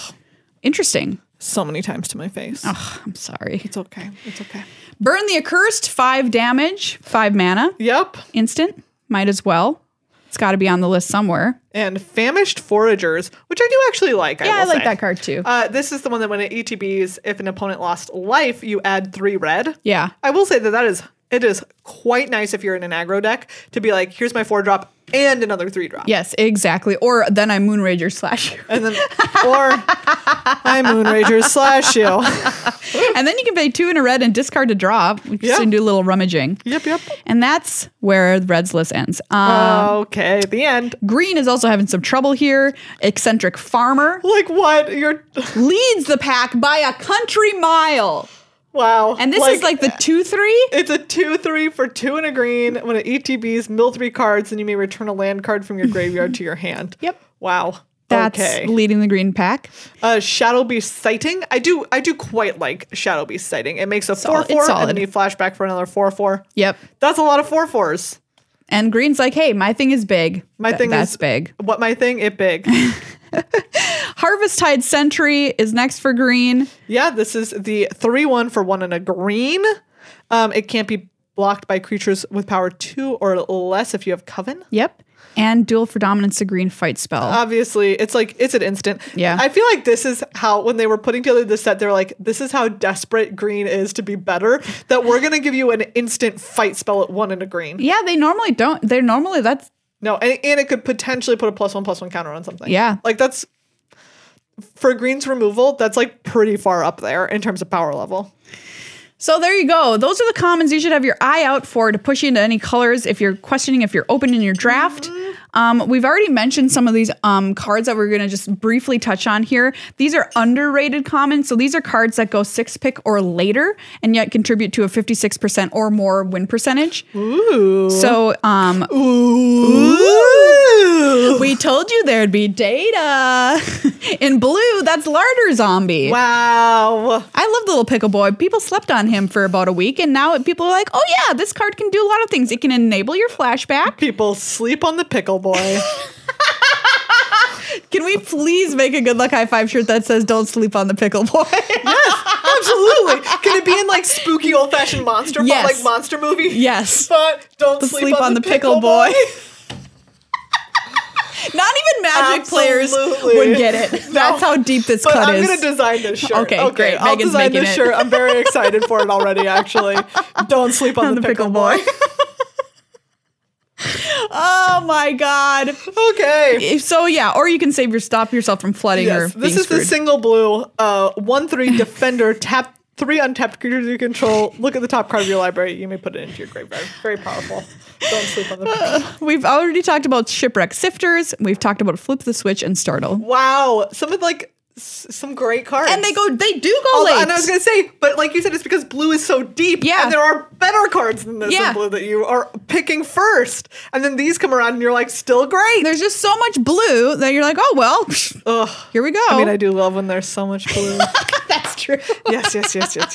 Interesting.
so many times to my face.
Ugh, I'm sorry.
It's okay. It's okay.
Burn the Accursed, five damage, five mana,
Yep.
instant. Might as well. It's got to be on the list somewhere.
And famished foragers, which I do actually like.
Yeah, I,
will
like
say.
that card too.
Uh, this is the one that when it ETBs, if an opponent lost life, you add three red.
yeah.
I will say that that is it is quite nice if you're in an aggro deck to be like, here's my four drop and another three drop.
Yes, exactly. Or then I Moonrager Slash you.
And then, or I Moonrager slash you.
and then you can pay two in a red and discard to draw. We
Yeah.
just do a little rummaging.
Yep, yep.
And that's where Red's list ends. Um,
okay, the end.
Green is also having some trouble here. Eccentric farmer
Like what? You're
leads the pack by a country mile.
wow.
And this is like
uh,
the 2 3.
It's a two three for two and a green. When it ETBs, mill three cards, and you may return a land card from your graveyard to your hand.
Yep.
Wow.
That's
okay.
leading the green pack.
Uh, Shadow Beast sighting. I do. I do quite like Shadow Beast sighting. It makes a
Solid.
four
It's
four, and
solid.
then you flashback for another four four.
Yep.
That's a lot of four fours.
And green's like, hey, my thing is big.
My
Th-
thing
that's
is-
big.
What my thing? It big.
Harvest Tide Sentry is next for green.
yeah. This is the three one for one and a green. Um, it can't be blocked by creatures with power two or less if you have Coven.
Yep. And duel for dominance, a green fight spell.
Uh, obviously it's like it's an instant
Yeah.
i feel like this is how when they were putting together this set they're like this is how desperate green is to be better that we're gonna give you an instant fight spell at one and a green
yeah, they normally don't. They're normally, that's,
no and, and it could potentially put a plus one plus one counter on something
Yeah.
like that's for green's removal that's like pretty far up there in terms of power level
So there you go. Those are the commons you should have your eye out for to push you into any colors if you're questioning if you're open in your draft. Um, we've already mentioned some of these um, cards that we're going to just briefly touch on here. These are underrated commons. So these are cards that go six pick or later and yet contribute to a 56% or more win percentage.
ooh
So um,
ooh
we told you there'd be data. in blue, that's Larder Zombie.
wow
I love the little pickle boy. People slept on him for about a week, and now people are like, "Oh yeah, this card can do a lot of things. It can enable your flashback.
people sleep on the pickle boy
Can we please make a good luck high five shirt that says "Don't sleep on the pickle boy"?
Absolutely. Can it be in like spooky old fashioned monster, fo-
Yes.
like monster movie?
Yes.
But don't
Don't
sleep, on, the pickle, boy.
Not even magic
Absolutely.
players would get it. That's how deep this
But
cut
I'm
is.
gonna design this shirt.
Okay, great.
I'll
Megan's
design
making
this
it.
shirt. I'm very excited for it already. Actually, don't sleep on, the, pickle, boy.
oh my god.
okay.
If- So yeah, or you can save your stop yourself from flooding
Yes.
or
This
being
is the
screwed.
single blue. Uh, one three defender tap. Three untapped creatures you control. Look at the top card of your library. You may put it into your graveyard. Very powerful. Don't sleep on the pickle.
We've already talked about shipwreck sifters. We've talked about flip the switch and startle.
Wow. Some of like s- some great cards.
And they go, they do go
Although-
late.
and I was gonna say, but like you said, it's because blue is so deep.
Yeah.
And there are better cards than this
Yeah.
in blue that you are picking first. And then these come around and you're like, still great.
There's just so much blue that you're like, oh well,
Ugh.
here we go.
I mean, I do love when there's so much blue.
that's true.
yes, yes, yes, yes,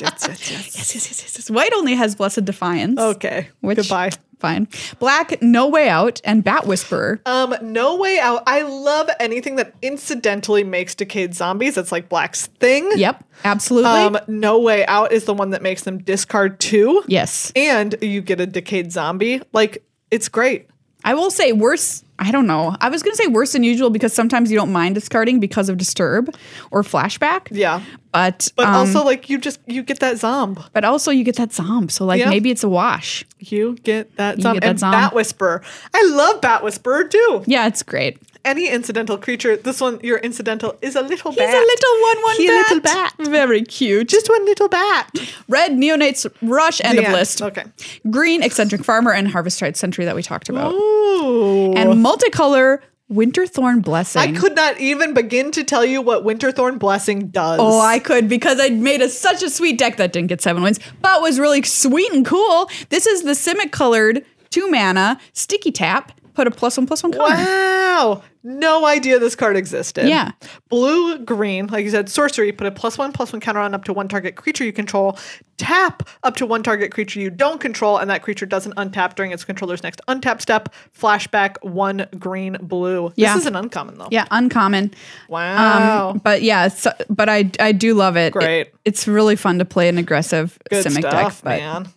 yes, yes,
Yes,
yes.
yes, yes, yes, yes. White only has Blessed Defiance.
Okay.
Which,
Goodbye.
Fine. Black, No Way Out, and Bat Whisperer.
Um, no way out. I love anything that incidentally makes decayed zombies. That's like Black's thing.
Yep, absolutely.
Um, no way out is the one that makes them discard two.
yes.
And you get a decayed zombie. Like it's great.
I will say worse. I don't know. I was going to say worse than usual because sometimes you don't mind discarding because of Disturb or Flashback.
Yeah.
But,
But
um,
also like you just you get that zomb.
but also you get that zomb. So like
Yeah.
maybe it's a wash.
You get that
You
zomb.
get that
and
zomb.
Bat Whisperer. I love Bat Whisperer too.
Yeah, it's great.
Any incidental creature, this one your incidental is a little
He's
bat.
a little one one
He a
bat.
little bat.
Very cute.
Just one little bat.
Red neonates rush end
The
of
end.
list.
Okay.
Green eccentric farmer and harvest right sentry that we talked about.
Ooh.
And multicolor winterthorn blessing.
I could not even begin to tell you what Winterthorn Blessing does.
Oh, I could because I made a, such a sweet deck that didn't get seven wins, but was really sweet and cool. This is the Simic colored two mana sticky tap. Put a plus one plus one color.
Wow. No idea this card existed.
Yeah.
Blue, green, like you said, sorcery, put a plus one, plus one counter on up to one target creature you control. Tap up to one target creature you don't control, and that creature doesn't untap during its controller's next untap step. Flashback, one green, blue.
Yeah.
This is an uncommon, though.
Yeah, Um, uncommon. Mm,
Wow.
but yeah, so, but I I do love it.
Oh. Great.
It- it's really fun to play an aggressive
Good
Simic deck.
stuff,
But
man.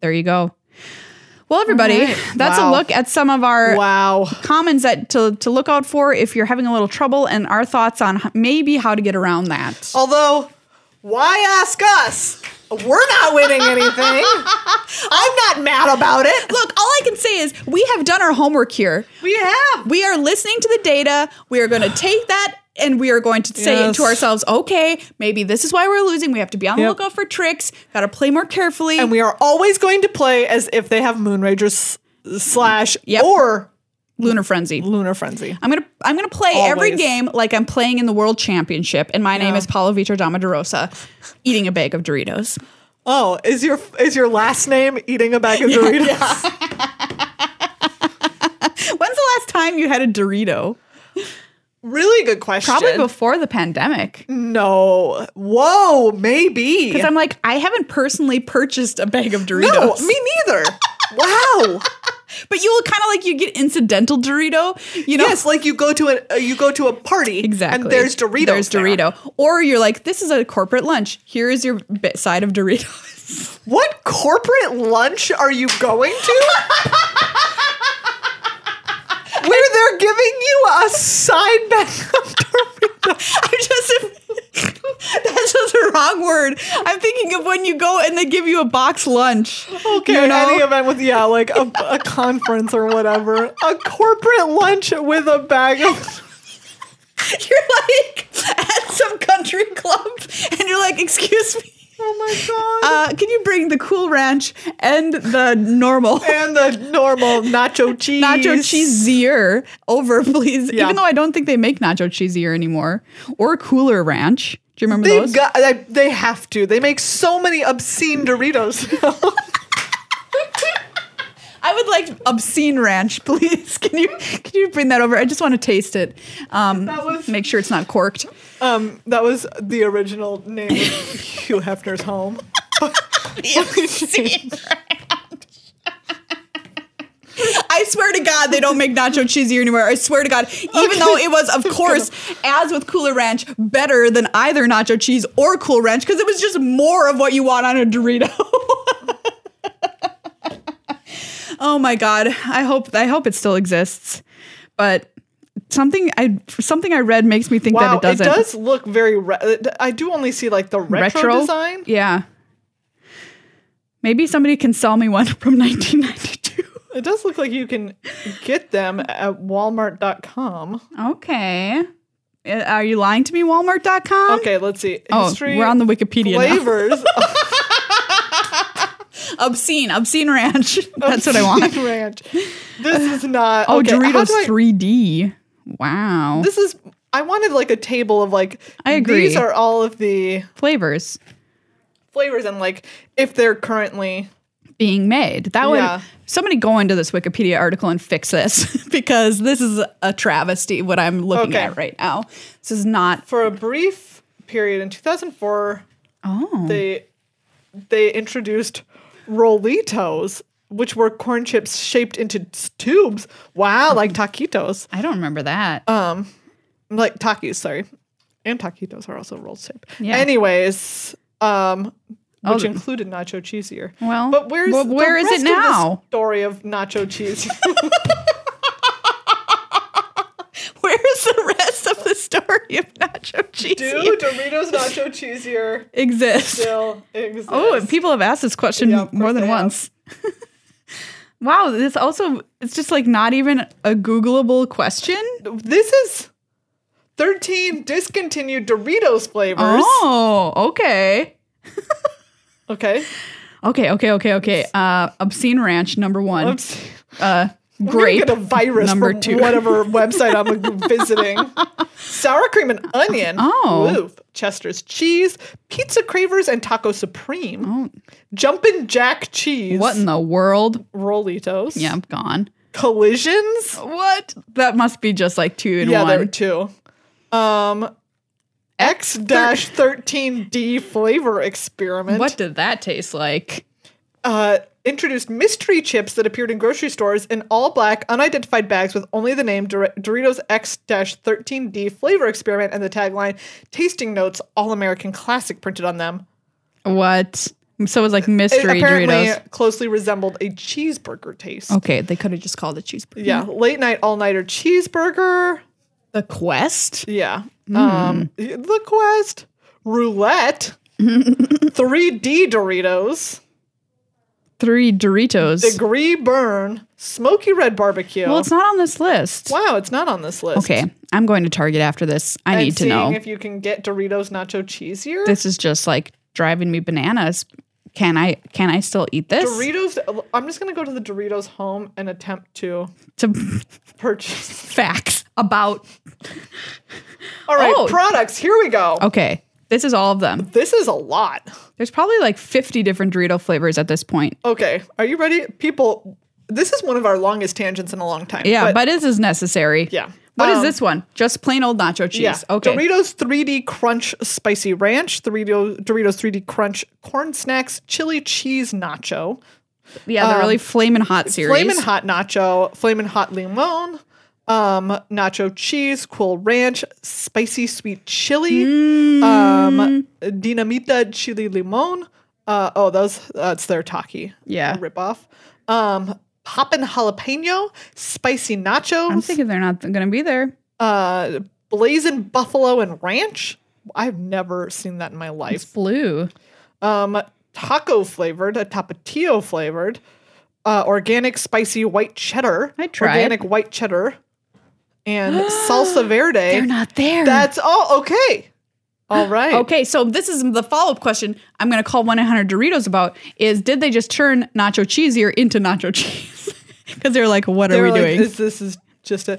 there you go. Well, everybody,
All right.
that's a
Wow.
look at some of our
Wow.
commons that to, to look out for if you're having a little trouble and our thoughts on h- maybe how to get around that.
Although, why ask us? We're not winning anything. I'm not mad about it.
Look, all I can say is we have done our homework here.
We have.
We are listening to the data. We are going to take that and we are going to say
Yes.
to ourselves, okay, maybe this is why we're losing. We have to be on the
Yep.
lookout for tricks. Got to play more carefully.
And we are always going to play as if they have Moonragers s- slash
Yep.
or
Lunar Frenzy.
Lunar Frenzy.
I'm gonna I'm gonna play every
Always.
game like I'm playing in the World Championship, and my name
Yeah.
is Paulo Vitor Dama de Rosa, eating a bag of Doritos.
Oh, is your is your last name eating a bag of Doritos?
When's the last time you had a Dorito?
Really good question.
Probably before the pandemic.
Mm, no. Whoa, maybe.
Because I'm like, I haven't personally purchased a bag of
no,
Doritos.
me neither. wow.
But you will kind of like you get incidental Dorito, you know?
Yes, like you go to a uh, you go to a party
Exactly.
and there's Doritos.
There's
there.
Dorito. Or you're like, this is a corporate lunch. Here is your bit side of Doritos.
What corporate lunch are you going to? Where they're giving you a side bag of Doritos.
I'm just that's just the wrong word. I'm thinking of when you go and they give you a box lunch.
Okay,
You know?
any event with yeah, like a, a conference or whatever, a corporate lunch with a bag of.
You're like at some country club and you're like, excuse me.
Oh my god!
Uh, can you bring the cool ranch and the normal
and the normal nacho cheese.
nacho cheesier over, please?
Yeah.
Even though I don't think they make nacho cheesier anymore or cooler ranch. Do you remember
They've
those?
got. They, they have to. They make so many obscene Doritos. now.
I would like obscene ranch, please. Can you can you bring that over? I just want to taste it. Um,
That was-
make sure it's not corked.
Um, that was the original name of Hugh Hefner's home.
I swear to God, they don't make nacho cheesier anymore. I swear to God, even though it was, of course, as with Cooler Ranch, better than either nacho cheese or Cool Ranch because it was just more of what you want on a Dorito. oh my God, I hope I hope it still exists, but something I something I read makes me think that
Wow,
it doesn't.
does look very. Re- uh, I do only see like the retro, design.
yeah. Maybe somebody can sell me one from 1992.
It does look like you can get them at Walmart.com.
Okay. Uh, Are you lying to me, Walmart.com?
Okay, let's see.
Oh,
History,
we're on the Wikipedia now.
flavors. of
Obscene, obscene ranch. That's what I want.
Chicken Ranch. This is not.
Oh,
okay, how
Doritos
do I-
3D. Wow.
This is I wanted like a table of like
I agree.
These are all of the
Flavors
flavors and like if they're currently
being made. That
Yeah.
would somebody go into this Wikipedia article and fix this because this is a travesty what I'm looking
Okay.
at right now. This is not
for a brief period in 2004
Oh.
they they introduced rolitos which were corn chips shaped into s- tubes wow like taquitos
I don't remember that.
like takis sorry and taquitos are also roll shaped
Yeah.
anyways um
Oh,
which
th-
included nacho cheesier
Well,
but where's
well,
the
where is it
rest of the
now?
story of nacho cheese
Where's the rest of the story of nacho cheese?
do doritos nacho cheesier
exists.
still exist
Oh, and people have asked this question
Yeah, of
more
course
than
they have.
once. wow, this also it's just like not even a googleable question.
this is 13 discontinued doritos flavors
Oh, okay.
okay
Okay, okay, okay, okay. Uh obscene ranch number 1.
Oops.
uh
I'm gonna
grape
get a virus
number
from
two.
whatever website I'm visiting. Sour cream and onion.
Oh.
Woof. Chester's cheese, pizza cravers and taco supreme.
Oh.
Jumpin' jack cheese.
What in the world?
Rolitos.
Yeah, I'm gone.
Collisions.
What? That must be just like two in
Yeah, there were
one.
two. Um X dash thirteen D flavor experiment.
What did that taste like?
uh, introduced mystery chips that appeared in grocery stores in all black, unidentified bags with only the name Dor- Doritos X 13D flavor experiment and the tagline Tasting Notes All American Classic printed on them.
What? So it was like
It
mystery
apparently
Doritos. Oh.
closely resembled a cheeseburger taste.
Okay, they could have just called it cheeseburger.
Yeah, late night, all nighter cheeseburger.
The quest?
Yeah.
Hmm.
Um, the Quest, Roulette, 3D Doritos,
Three Doritos.
Degree Burn, Smoky Red Barbecue.
well, it's not on this list.
wow, it's not on this list.
Okay, I'm going to Target after this. I
and
need to
seeing
know.
if you can get Doritos nacho cheesier.
this is just like driving me bananas. Can I can I still eat this?
Doritos. I'm just gonna go to the Doritos home and attempt to
to
purchase.
facts about
All right,
Oh.
products. Here we go.
Okay, this is all of them.
This is a lot.
There's probably like 50 different Dorito flavors at this point.
Okay, are you ready, people? This is one of our longest tangents in a long time.
Yeah, but, this is necessary.
Yeah.
What is
Um,
this one? Just plain old nacho cheese.
yeah.
Okay.
Doritos 3D Crunch Spicy Ranch, Dorito, Doritos 3D Crunch Corn Snacks, Chili Cheese Nacho,
yeah, the really flamin' hot series.
um, Flamin' Hot Nacho, Flamin' Hot Limon, um, Nacho Cheese, Cool Ranch, Spicy Sweet Chili,
Mm.
um, Dinamita Chili Limon. Uh, oh, those that's their Taki
Yeah.
ripoff. Um, Poppin' Jalapeno, Spicy
I'm
Nachos,
thinking they're not going to be there.
uh, Blazin' Buffalo and Ranch. I've never seen that in my life
It's blue.
um, taco flavored, a tapatio flavored, uh, organic spicy white cheddar.
I'd try it.
Organic white cheddar and salsa
They're
verde.
not there.
That's all. Okay. All right.
okay, so this is the follow up question I'm going to call 1 800 Doritos about is did they just turn nacho cheesier into nacho cheese? Because they're like, what
They
are
were
we
like,
doing?
This, this is just a.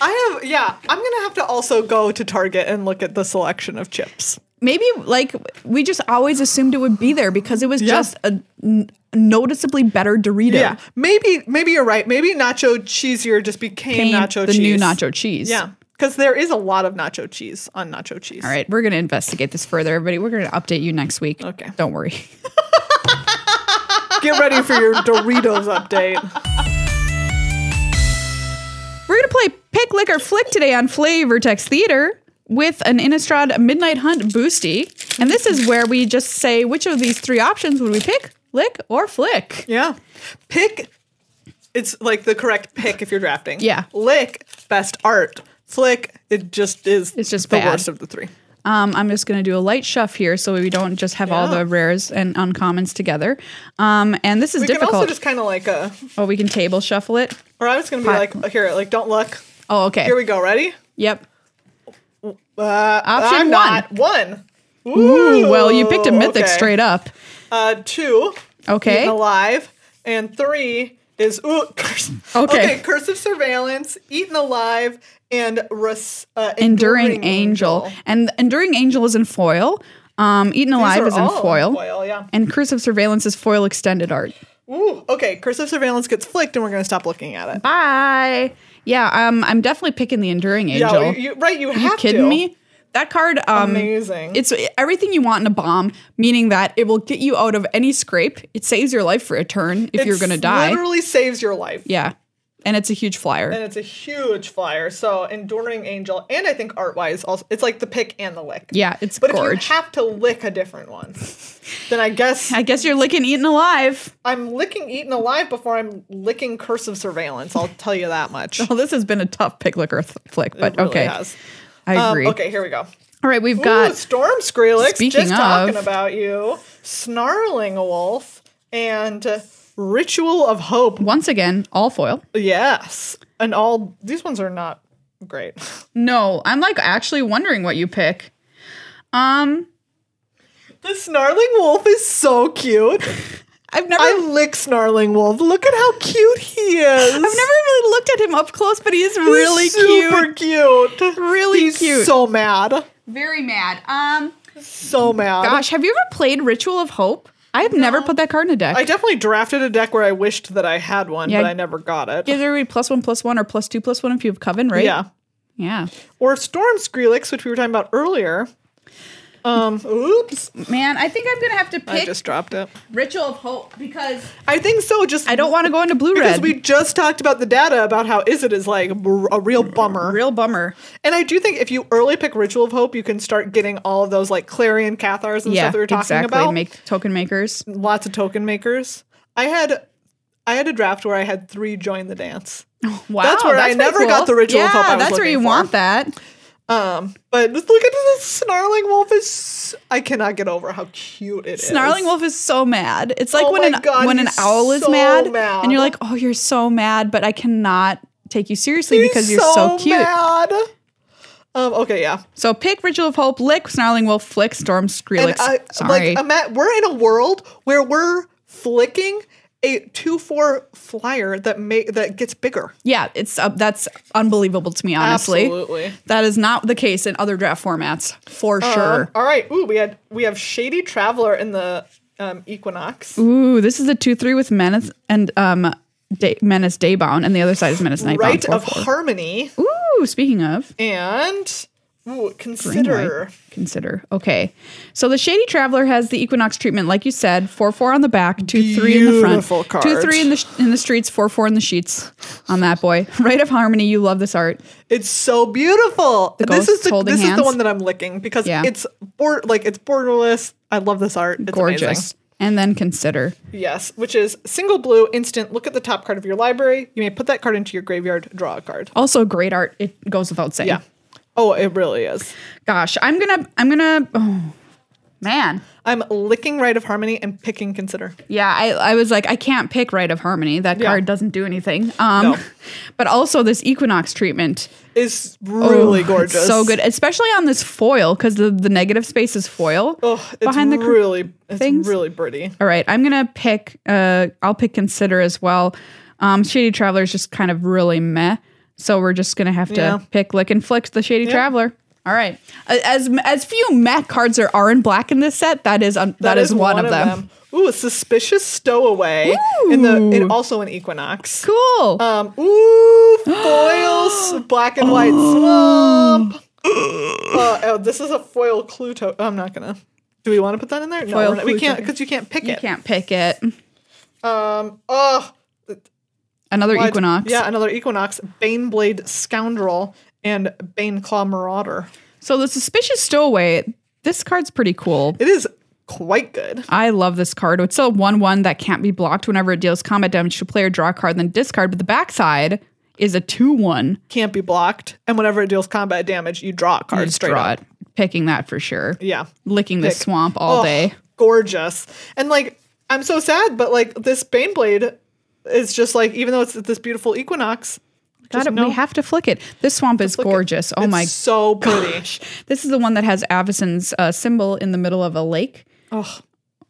I have, yeah, I'm going to have to also go to Target and look at the selection of chips.
Maybe like we just always assumed it would be there because it was
Yeah.
just a n- noticeably better Dorito.
Yeah. Maybe, maybe you're right. Maybe nacho cheesier just became,
Came
nacho
the
cheese.
new nacho cheese.
Yeah. Because there is a lot of nacho cheese on nacho cheese.
All right, we're going to investigate this further, everybody. We're going to update you next week.
Okay.
Don't worry.
Get ready for your Doritos update.
We're going to play Pick Lick or Flick today on Flavor Text Theater with an Innistrad Midnight Hunt Boosty. And this is where we just say which of these three options would we pick, lick, or flick?
Yeah. Pick it's like the correct pick if you're drafting.
Yeah.
Lick, best art. Flick, it just is
It's just
the
bad.
worst of the three.
Um, I'm just going to do a light shuff here so we don't just have all
Yeah.
the rares and uncommons together. Um, and this is
We
difficult.
can also just kinda like uh
oh, we can table shuffle it.
or I was gonna be
Hi-
like here, like don't look.
Oh, okay.
Here we go, ready?
Yep.
Uh,
Option one.
I'm Not. One.
Ooh, well, you
Oh,
picked a
Ooh,
mythic
okay.
straight up.
Uh two.
Okay.
Eaten alive. And three is ooh, curse.
Okay.
curse of surveillance, eaten alive, and res, uh,
Enduring, Angel. And Enduring Angel is in foil. Um, Eaten
These
Alive
are
is in
all
foil.
foil, yeah.
And Curse of Surveillance is foil extended art.
Ooh, okay, curse of surveillance gets flicked, and we're gonna stop looking at it.
Bye. Yeah, um, I'm definitely picking the Enduring Angel.
Yeah, you, you- right? You have
you kidding
to.
me? That card, um,
Amazing.
it's everything you want in a bomb, meaning that it will get you out of any scrape. It saves your life for a turn if you're
It's
going to die.
Literally saves your life.
Yeah. And it's a huge flyer.
And it's a huge flyer. So enduring angel, and I think art wise, also it's like the pick and the lick.
yeah, it's
But
gorge.
if you have to lick a different one, then I guess
I guess you're licking eaten alive.
I'm licking Eaten Alive before I'm licking Curse of Surveillance. I'll tell you that much.
Well, this has been a tough pick licker th- flick, but
It really
okay.
has.
I
Um,
agree.
okay, here we go.
All right, we've
Ooh,
got
Storm Skrillex,
Speaking
just talking
of-
about you. Snarling Wolf and uh, Ritual of Hope.
once again all foil.
Yes. And all these ones are not great.
No, I'm like actually wondering what you pick. Um,
The Snarling Wolf is so cute.
I've never
I lick Snarling Wolf. Look at how cute he is.
I've never really looked at him up close, but he is
He's
really cute.
super cute.
Really
He's
cute.
so mad.
Very mad. Um,
So mad.
gosh, have you ever played Ritual of Hope? I have never put that card in a deck.
I definitely drafted a deck where I wished that I had one,
Yeah.
but I never got it.
Give everybody plus one, plus one, or plus two, plus one if you have Coven, right?
Yeah.
Yeah.
Or Storm Skrillex, which we were talking about earlier. Um, oops.
Man, I think I'm gonna have to
I
pick
just dropped it.
Ritual of Hope because
I think so. Just
I don't want to go into blue
because
red.
we just talked about the data about how Izzet is like br- a real bummer.
Real bummer.
And I do think if you early pick Ritual of Hope, you can start getting all of those like Clarion Cathars and
Yeah,
stuff that we were talking
exactly.
about.
Make token makers.
Lots of token makers. I had I had a draft where I had three join the dance.
Wow,
That's where I
pretty
never got the Ritual
yeah,
of Hope I was
that's where
looking
you
for.
want that.
Um, but just look at this snarling wolf is I cannot get over how cute it is.
Snarling Wolf is so mad. It's like
Oh
when
my
an
God,
when an
he's
owl is
so
mad,
mad.
and you're like, "Oh, you're so mad," but I cannot take you seriously
He's
because you're so, cute.
Mad. Um, okay, yeah.
So pick Ritual of Hope, lick Snarling Wolf, flick Storm Skrillex.
I,
Sorry,
uh, like um, ima- we're in a world where we're flicking a two four flyer that make that gets bigger.
yeah, it's uh, that's unbelievable to me. Honestly,
Absolutely.
that is not the case in other draft formats for
Um,
sure.
all right. Ooh, we had we have Shady Traveler in the um, Equinox.
Ooh, this is a two three with menace and um day, menace daybound, and the other side is menace nightbound.
Right
four,
of
four.
Harmony
Ooh, speaking of.
and ooh,
Green light.
consider
Consider. Okay. So the Shady Traveler has the Equinox treatment, like you said, 4 4 on the back, 2 3 in the front.
Beautiful card.
2 3 in the, sh- in the streets, 4 4 in the sheets on that boy. Right of Harmony. You love this art.
It's so beautiful. this
ghosts
is the,
holding
this is
hands?
the one that I'm licking because
Yeah.
it's bor- like it's borderless. I love this art. It's
Gorgeous.
amazing.
And then Consider.
Yes, which is single blue instant. Look at the top card of your library. You may put that card into your graveyard. Draw a card.
Also great art. It goes without saying.
Yeah. Oh, it really is.
Gosh, I'm going to, I'm going to, oh, man.
I'm licking right of harmony and picking consider.
Yeah, I, I was like, I can't pick Right of Harmony. That
Yeah.
card doesn't do anything. Um,
No.
But also this Equinox treatment.
It's really
Oh,
gorgeous.
it's so good, especially on this foil because the, the negative space is foil
Oh, it's
behind the. cr-
really it's
things.
really pretty.
All right, I'm gonna pick. Uh, I'll pick consider as well. Um, Shady Traveler is just kind of really meh, so we're just gonna have to
Yeah.
pick lick and flick the Shady Traveler. All right, A- as as few meh cards there are in black in this set, that is um, that is, one, of them.
Ooh, a suspicious stowaway in the in also an equinox.
Cool.
Um, ooh, foils, black and white swamp. Uh, oh, this is a foil clue to- I'm not gonna. Do we want to put that in there? No,
Foil
we're not- we
clue
can't
token.
because you can't pick
you
it.
can't pick it.
Um, oh,
Another
but-
Equinox.
Yeah, another equinox. Baneblade scoundrel and Baneclaw marauder.
So the suspicious stowaway. This card's pretty cool.
It is quite good.
I love this card. It's a 1 1 that can't be blocked whenever it deals combat damage to a player, draw a card, then discard. But the backside is a 2 1.
Can't be blocked, and whenever it deals combat damage, you draw a card
Just
straight
draw
up.
it. Picking that for sure.
Yeah,
Licking this
Pick.
swamp all
Oh,
day.
Gorgeous. And like, I'm so sad, but like this Baneblade is just like, even though it's this beautiful Equinox,
Got
just
it.
no-
We have to flick it. This swamp is
flick it.
gorgeous. Oh
it's
my
so pretty.
This is the one that has Avicen's uh, symbol in the middle of a lake
Oh,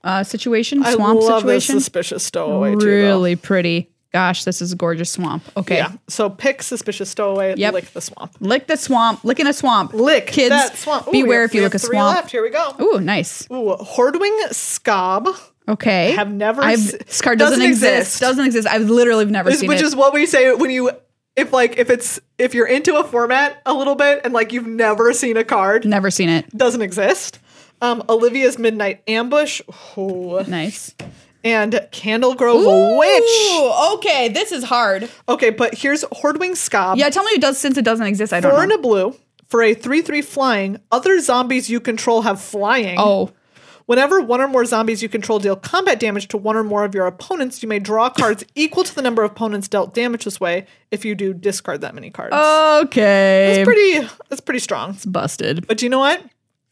uh, situation,
I
swamp
love
situation.
this suspicious stowaway too. though.
really pretty. gosh, this is a gorgeous swamp. Okay.
Yeah. So pick suspicious stowaway.
Yep.
Lick the swamp.
Lick the swamp. Lick in a swamp.
Lick
Kids,
that swamp. Ooh, we
beware
have-
if you
we
lick a
have three
swamp.
Left. Here we go.
Ooh, nice.
Ooh, Hordwing Scob,
Okay.
Have never
I've,
s-
Scar doesn't,
doesn't
exist.
exist.
Doesn't exist. I've literally never
is-
seen
which
it.
is what we say when you if like if it's if you're into a format a little bit and like you've never seen a card
never seen it.
doesn't exist. Um, Olivia's Midnight Ambush Ooh.
Nice.
and Candle Grove Witch.
Ooh, okay, this is hard.
Okay, but here's Hordwing Scob.
Yeah, tell me who does since it doesn't exist. I don't
Four and
know.
a blue for a 3 3 flying. Other zombies you control have flying.
Oh,
Whenever one or more zombies you control deal combat damage to one or more of your opponents, you may draw cards equal to the number of opponents dealt damage this way if you do discard that many cards.
Oh, okay.
It's pretty that's pretty strong.
busted.
But you know what?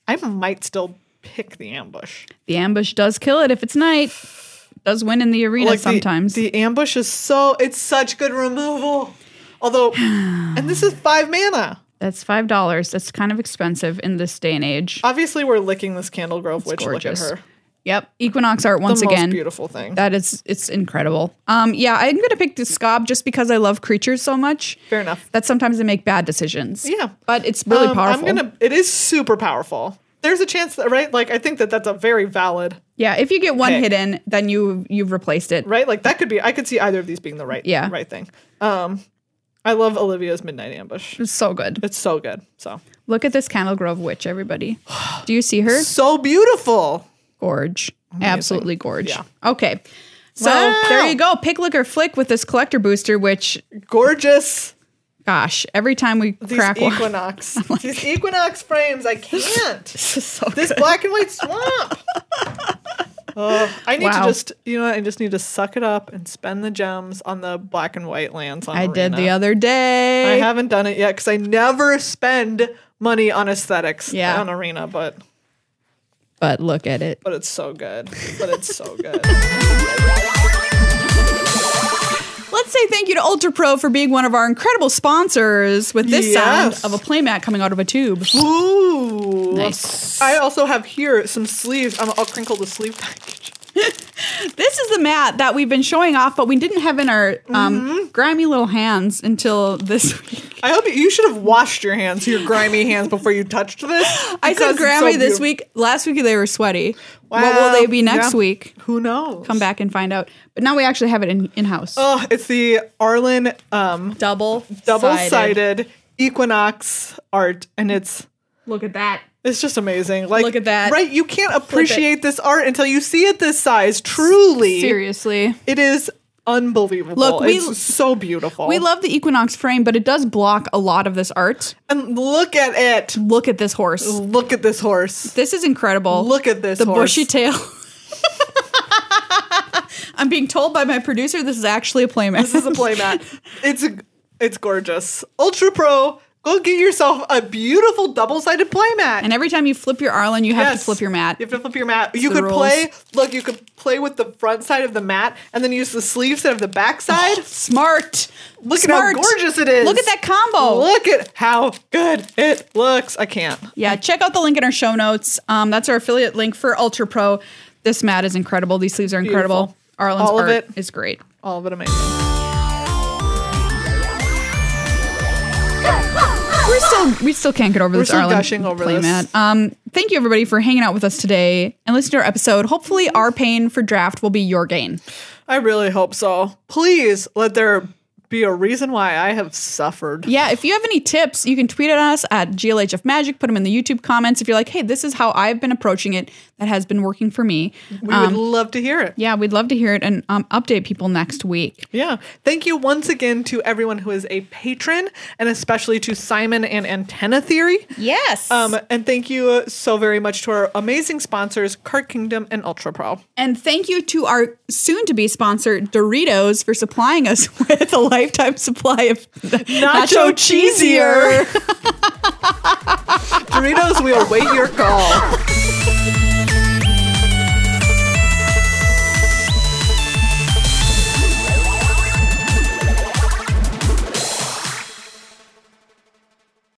I might still pick the ambush.
The ambush does kill it if it's night. Does win in the arena
the-
sometimes.
The, ambush is so it's such good removal. Although and this is five mana.
That's five dollars. That's kind of expensive in this day and age.
Obviously we're licking this Candle Grove witch.
gorgeous.
Look at her.
Yep. Equinox art
The
once
most
again.
beautiful thing.
That is it's incredible. Um yeah, I'm gonna pick the scob just because I love creatures so much.
Fair enough.
That sometimes they make bad decisions.
Yeah.
But it's really
Um,
powerful.
I'm gonna it is super powerful. There's a chance that right? Like I think that that's a very valid
yeah, if you get one
Okay.
hidden, then you you've replaced it.
right? Like that could be I could see either of these being the right
Yeah.
right thing. Um I love Olivia's Midnight Ambush.
It's so good.
It's so good. So
Look at this Candle Grove witch, everybody. Do you see her?
so beautiful.
Gorge. Absolutely gorge.
Yeah.
Okay. So
Wow.
there you go. Pick, lick, or flick with this collector booster, which,
Gorgeous.
gosh, every time we
These
crack one.
equinox. These equinox frames. I can't.
This is so
this
good.
black and white swamp. Ugh, I need
Wow.
to just, you know, what? I just need to suck it up and spend the gems on the black and white lands. On
I did the
Arena.
other
I
day.
haven't done it yet because I never spend money on aesthetics
Yeah.
on arena, but
but look at it.
but it's so good. But it's so good.
Let's say thank you to Ultra Pro for being one of our incredible sponsors with this
Yes.
sound of a playmat coming out of a tube.
Ooh.
Nice.
I also have here some sleeves. I'm, I'll crinkle the sleeve package.
This is the mat that we've been showing off, but we didn't have in our um, grimy little hands until this week.
I hope you, you should have washed your hands, your grimy hands, before you touched this.
I said
because it's so
Grammy this
beautiful.
week. Last week they were sweaty. What
Wow.
will they be next
Yeah.
week?
Who knows?
Come back and find out. But now we actually have it in in house.
Oh, it's the Arlen um,
double
double sided Equinox art, and it's
Look at that.
it's just amazing. Like
Look at that.
right? You can't appreciate this art until you see it this size. Truly,
Seriously.
it is unbelievable.
Look, we-
it's so beautiful.
We love the Equinox frame, but it does block a lot of this art.
and look at it.
Look at this horse.
Look at this horse.
This is incredible.
Look at this
the
horse.
bushy tail. I'm being told by my producer this is actually a playmat.
This is a playmat. It's it's gorgeous. Ultra Pro, go get yourself a beautiful double-sided playmat.
and every time you flip your Arlen, you have to
Yes.
flip your mat.
You have to flip your mat. you
the
could
rules.
play. Look, you could play with the front side of the mat and then use the sleeve instead of the back
Oh.
side.
Smart.
Look
Smart.
at how gorgeous it is.
Look at that combo.
Look at how good it looks. I can't.
Yeah, check out the link in our show notes. Um, that's our affiliate link for Ultra Pro. This mat is incredible. These sleeves are incredible.
Beautiful.
Arlen's
All of
art
it.
is great.
All of it amazing.
We're still we still can't get over this
still
Arlen
gushing over
play
this.
mat. Um, thank you everybody for hanging out with us today and listening to our episode. Hopefully, our pain for draft will be your gain.
I really hope so. Please let there be a reason why I have suffered.
Yeah, if you have any tips, you can tweet at us at GLHF Magic. Put them in the YouTube comments. If you're like, hey, this is how I've been approaching it. That has been working for me.
We would
um,
love to hear it.
Yeah, we'd love to hear it and um, update people next week.
Yeah. Thank you once again to everyone who is a patron and especially to Simon and Antenna Theory.
Yes.
Um, and thank you uh, so very much to our amazing sponsors, Cart Kingdom and Ultra Pro.
And thank you to our soon to be sponsor, Doritos, for supplying us with a lifetime supply of nacho, cheesier.
Doritos, we await your call.